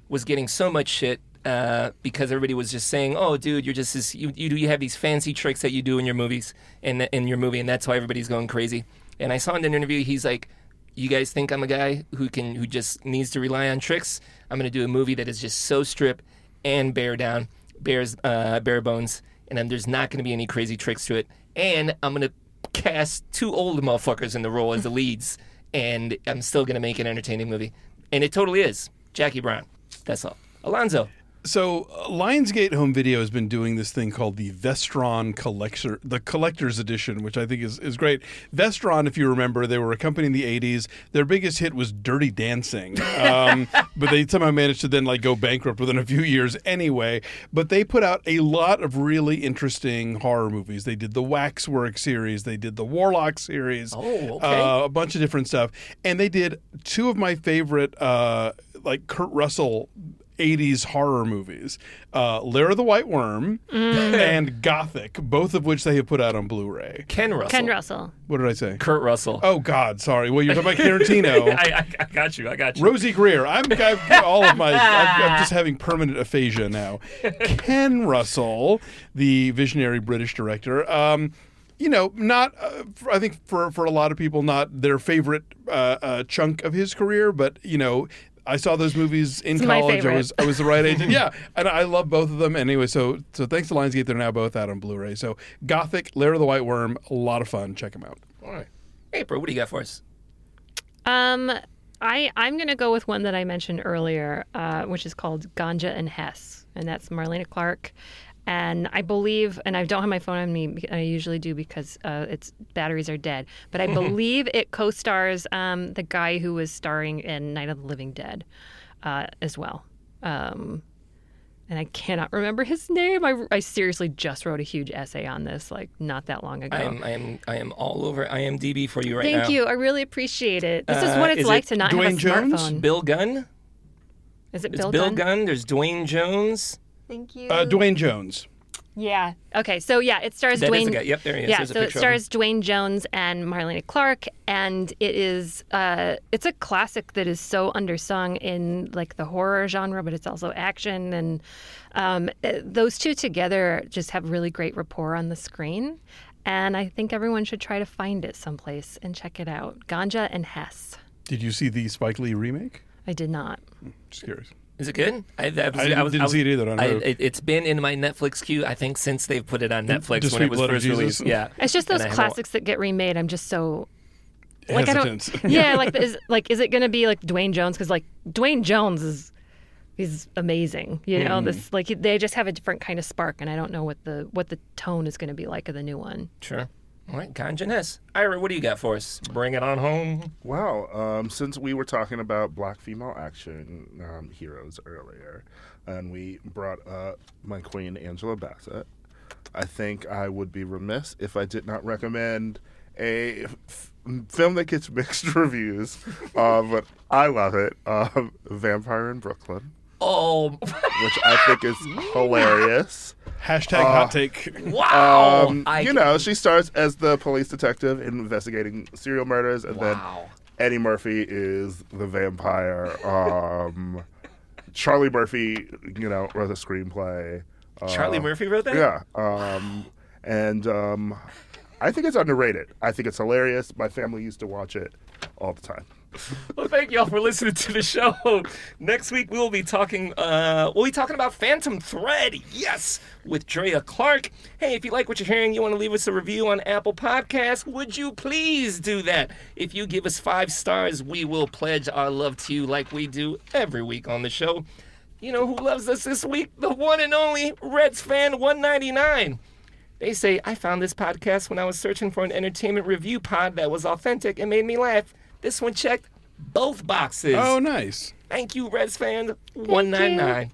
Speaker 4: was getting so much shit uh, because everybody was just saying, "Oh, dude, you're just this, you you do you have these fancy tricks that you do in your movies and in your movie, and that's why everybody's going crazy." And I saw in an interview, he's like, "You guys think I'm a guy who can who just needs to rely on tricks? I'm going to do a movie that is just so strip and bare down, bears uh, bare bones, and then there's not going to be any crazy tricks to it. And I'm going to cast two old motherfuckers in the role as the leads, and I'm still going to make an entertaining movie. And it totally is. Jackie Brown. That's all. Alonzo.
Speaker 6: So uh, Lionsgate Home Video has been doing this thing called the Vestron Collector, the Collector's Edition, which I think is, is great. Vestron, if you remember, they were a company in the '80s. Their biggest hit was Dirty Dancing, um, but they somehow managed to then like go bankrupt within a few years anyway. But they put out a lot of really interesting horror movies. They did the Waxwork series, they did the Warlock series,
Speaker 4: oh,
Speaker 6: okay. uh, a bunch of different stuff, and they did two of my favorite, uh, like Kurt Russell. 80s horror movies uh, Lair of the White Worm
Speaker 5: Mm.
Speaker 6: and Gothic, both of which they have put out on Blu ray.
Speaker 4: Ken
Speaker 5: Ken Russell.
Speaker 6: What did I say?
Speaker 4: Kurt Russell.
Speaker 6: Oh, God, sorry. Well, you're talking about Tarantino.
Speaker 4: I, I, I got you. I got you.
Speaker 6: Rosie Greer. I'm, I've, all of my. I'm, I'm just having permanent aphasia now. Ken Russell, the visionary British director. Um, you know, not. Uh, f- I think for for a lot of people, not their favorite uh, uh, chunk of his career, but you know. I saw those movies in
Speaker 5: It's my
Speaker 6: college. I
Speaker 5: favorite.
Speaker 6: was I was the right age, and yeah, and I love both of them. Anyway, so so thanks to Lionsgate, they're now both out on Blu-ray. So Gothic, Lair of the White Worm, a lot of fun. Check them out.
Speaker 4: All right. April, what do you got for us?
Speaker 5: Um, I I'm gonna go with one that I mentioned earlier, uh, which is called Ganja and Hess, and that's Marlena Clark. And I believe, and I don't have my phone on me. and I usually do because uh, its batteries are dead. But I believe it co-stars um, the guy who was starring in Night of the Living Dead uh, as well. Um, and I cannot remember his name. I, I seriously just wrote a huge essay on this like not that long ago.
Speaker 4: I am, I am, I am all over IMDb for you right now.
Speaker 5: Thank you. I really appreciate it. This is
Speaker 4: Uh,
Speaker 5: what it's
Speaker 4: is
Speaker 5: like
Speaker 4: it
Speaker 5: to not have a
Speaker 4: Dwayne Jones?
Speaker 5: smartphone.
Speaker 4: Bill Gunn.
Speaker 5: Is it
Speaker 4: It's
Speaker 5: Bill,
Speaker 4: Bill
Speaker 5: Gunn?
Speaker 4: Gunn. There's Dwayne Jones.
Speaker 5: Thank you.
Speaker 6: Uh, Dwayne Jones.
Speaker 5: Yeah. Okay. So yeah, it stars
Speaker 4: That is
Speaker 5: Dwayne.
Speaker 4: the guy. Yep, there he is.
Speaker 5: Yeah.
Speaker 4: There's a
Speaker 5: so it
Speaker 4: picture of
Speaker 5: stars Dwayne Jones and Marlena Clark, and it is uh, it's a classic that is so undersung in like the horror genre, but it's also action, and um, uh, those two together just have really great rapport on the screen. And I think everyone should try to find it someplace and check it out. Ganja and Hess.
Speaker 6: Did you see the Spike Lee remake?
Speaker 5: I did not.
Speaker 6: Just curious.
Speaker 4: Is it good?
Speaker 6: I didn't- didn't see it either, I don't know.
Speaker 4: it, has been in my Netflix queue. I think since they've put it on
Speaker 6: Did-
Speaker 4: Netflix
Speaker 6: Just
Speaker 4: when
Speaker 6: Sweet
Speaker 4: it was
Speaker 6: Blood of
Speaker 4: first
Speaker 6: Jesus?
Speaker 4: released. Yeah.
Speaker 5: It's just those
Speaker 4: And I haven't wa-
Speaker 5: classics that get remade. I'm just so I
Speaker 4: Hesitant.
Speaker 5: don't. Yeah, like is like is it gonna be like Dwayne Jones? Because like Dwayne Jones is he's amazing. You know
Speaker 4: Mhm.
Speaker 5: this like they just have a different kind of spark, and I don't know what the what the tone is gonna be like of the new one.
Speaker 4: Sure. All right, Ganja and Hess. Ira, what do you got for us? Bring it on home.
Speaker 7: Wow. Um, since we were talking about black female action um, heroes earlier, and we brought up my queen, Angela Bassett, I think I would be remiss if I did not recommend a f- film that gets mixed reviews, uh, but I love it um, Vampire in Brooklyn.
Speaker 4: Oh,
Speaker 7: which I think is hilarious.
Speaker 6: Hashtag
Speaker 7: Uh,
Speaker 6: hot take.
Speaker 4: Wow.
Speaker 7: um,
Speaker 4: I-
Speaker 7: you know, she starts as the police detective investigating serial murders, and
Speaker 4: Wow.
Speaker 7: then Eddie Murphy is the vampire. Um, Charlie Murphy, you know, wrote the screenplay. Uh,
Speaker 4: Charlie Murphy wrote that?
Speaker 7: Yeah. Um, and um, I think it's underrated. I think it's hilarious. My family used to watch it all the time.
Speaker 4: Well, thank y'all for listening to the show. Next week we'll be talking. Uh, we'll be talking about Phantom Thread. Yes, with Drea Clark. Hey, if you like what you're hearing, you want to leave us a review on Apple Podcasts. Would you please do that? If you give us five stars, we will pledge our love to you like we do every week on the show. You know who loves us this week? The one and only Reds fan 199. They say, I found this podcast when I was searching for an entertainment review pod that was authentic and made me laugh. This one checked both boxes.
Speaker 6: Oh, nice.
Speaker 4: Thank you, Reds fan 199.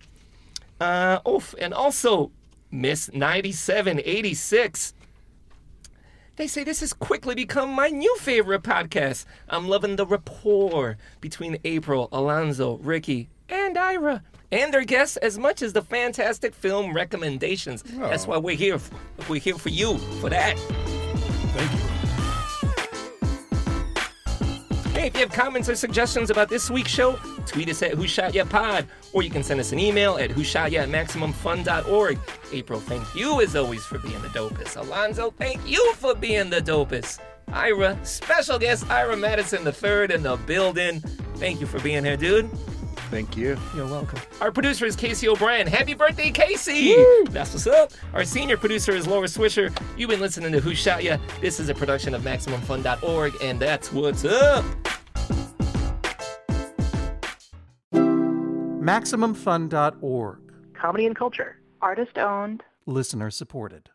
Speaker 4: Uh, oof, and also Miss 9786. They say this has quickly become my new favorite podcast. I'm loving the rapport between April, Alonzo, Ricky, and Ira, and their guests as much as the fantastic film recommendations. That's
Speaker 10: Oh.
Speaker 4: why we're here. f- We're here for you, for that. Hey, if you have comments or suggestions about this week's show, tweet us at Who Shot Ya Pod, or you can send us an email at Who Shot Ya at MaximumFun.org. April, thank you as always for being the dopest. Alonzo, thank you for being the dopest. Ira, special guest Ira Madison III in the building. Thank you for being here, dude.
Speaker 7: Thank you.
Speaker 4: You're welcome. Our producer is Casey O'Brien. Happy birthday, Casey! That's what's up. Our senior producer is Laura Swisher. You've been listening to Who Shot Ya. This is a production of MaximumFun.org, and that's what's up.
Speaker 12: MaximumFun.org.
Speaker 13: Comedy and culture. Artist owned.
Speaker 12: Listener supported.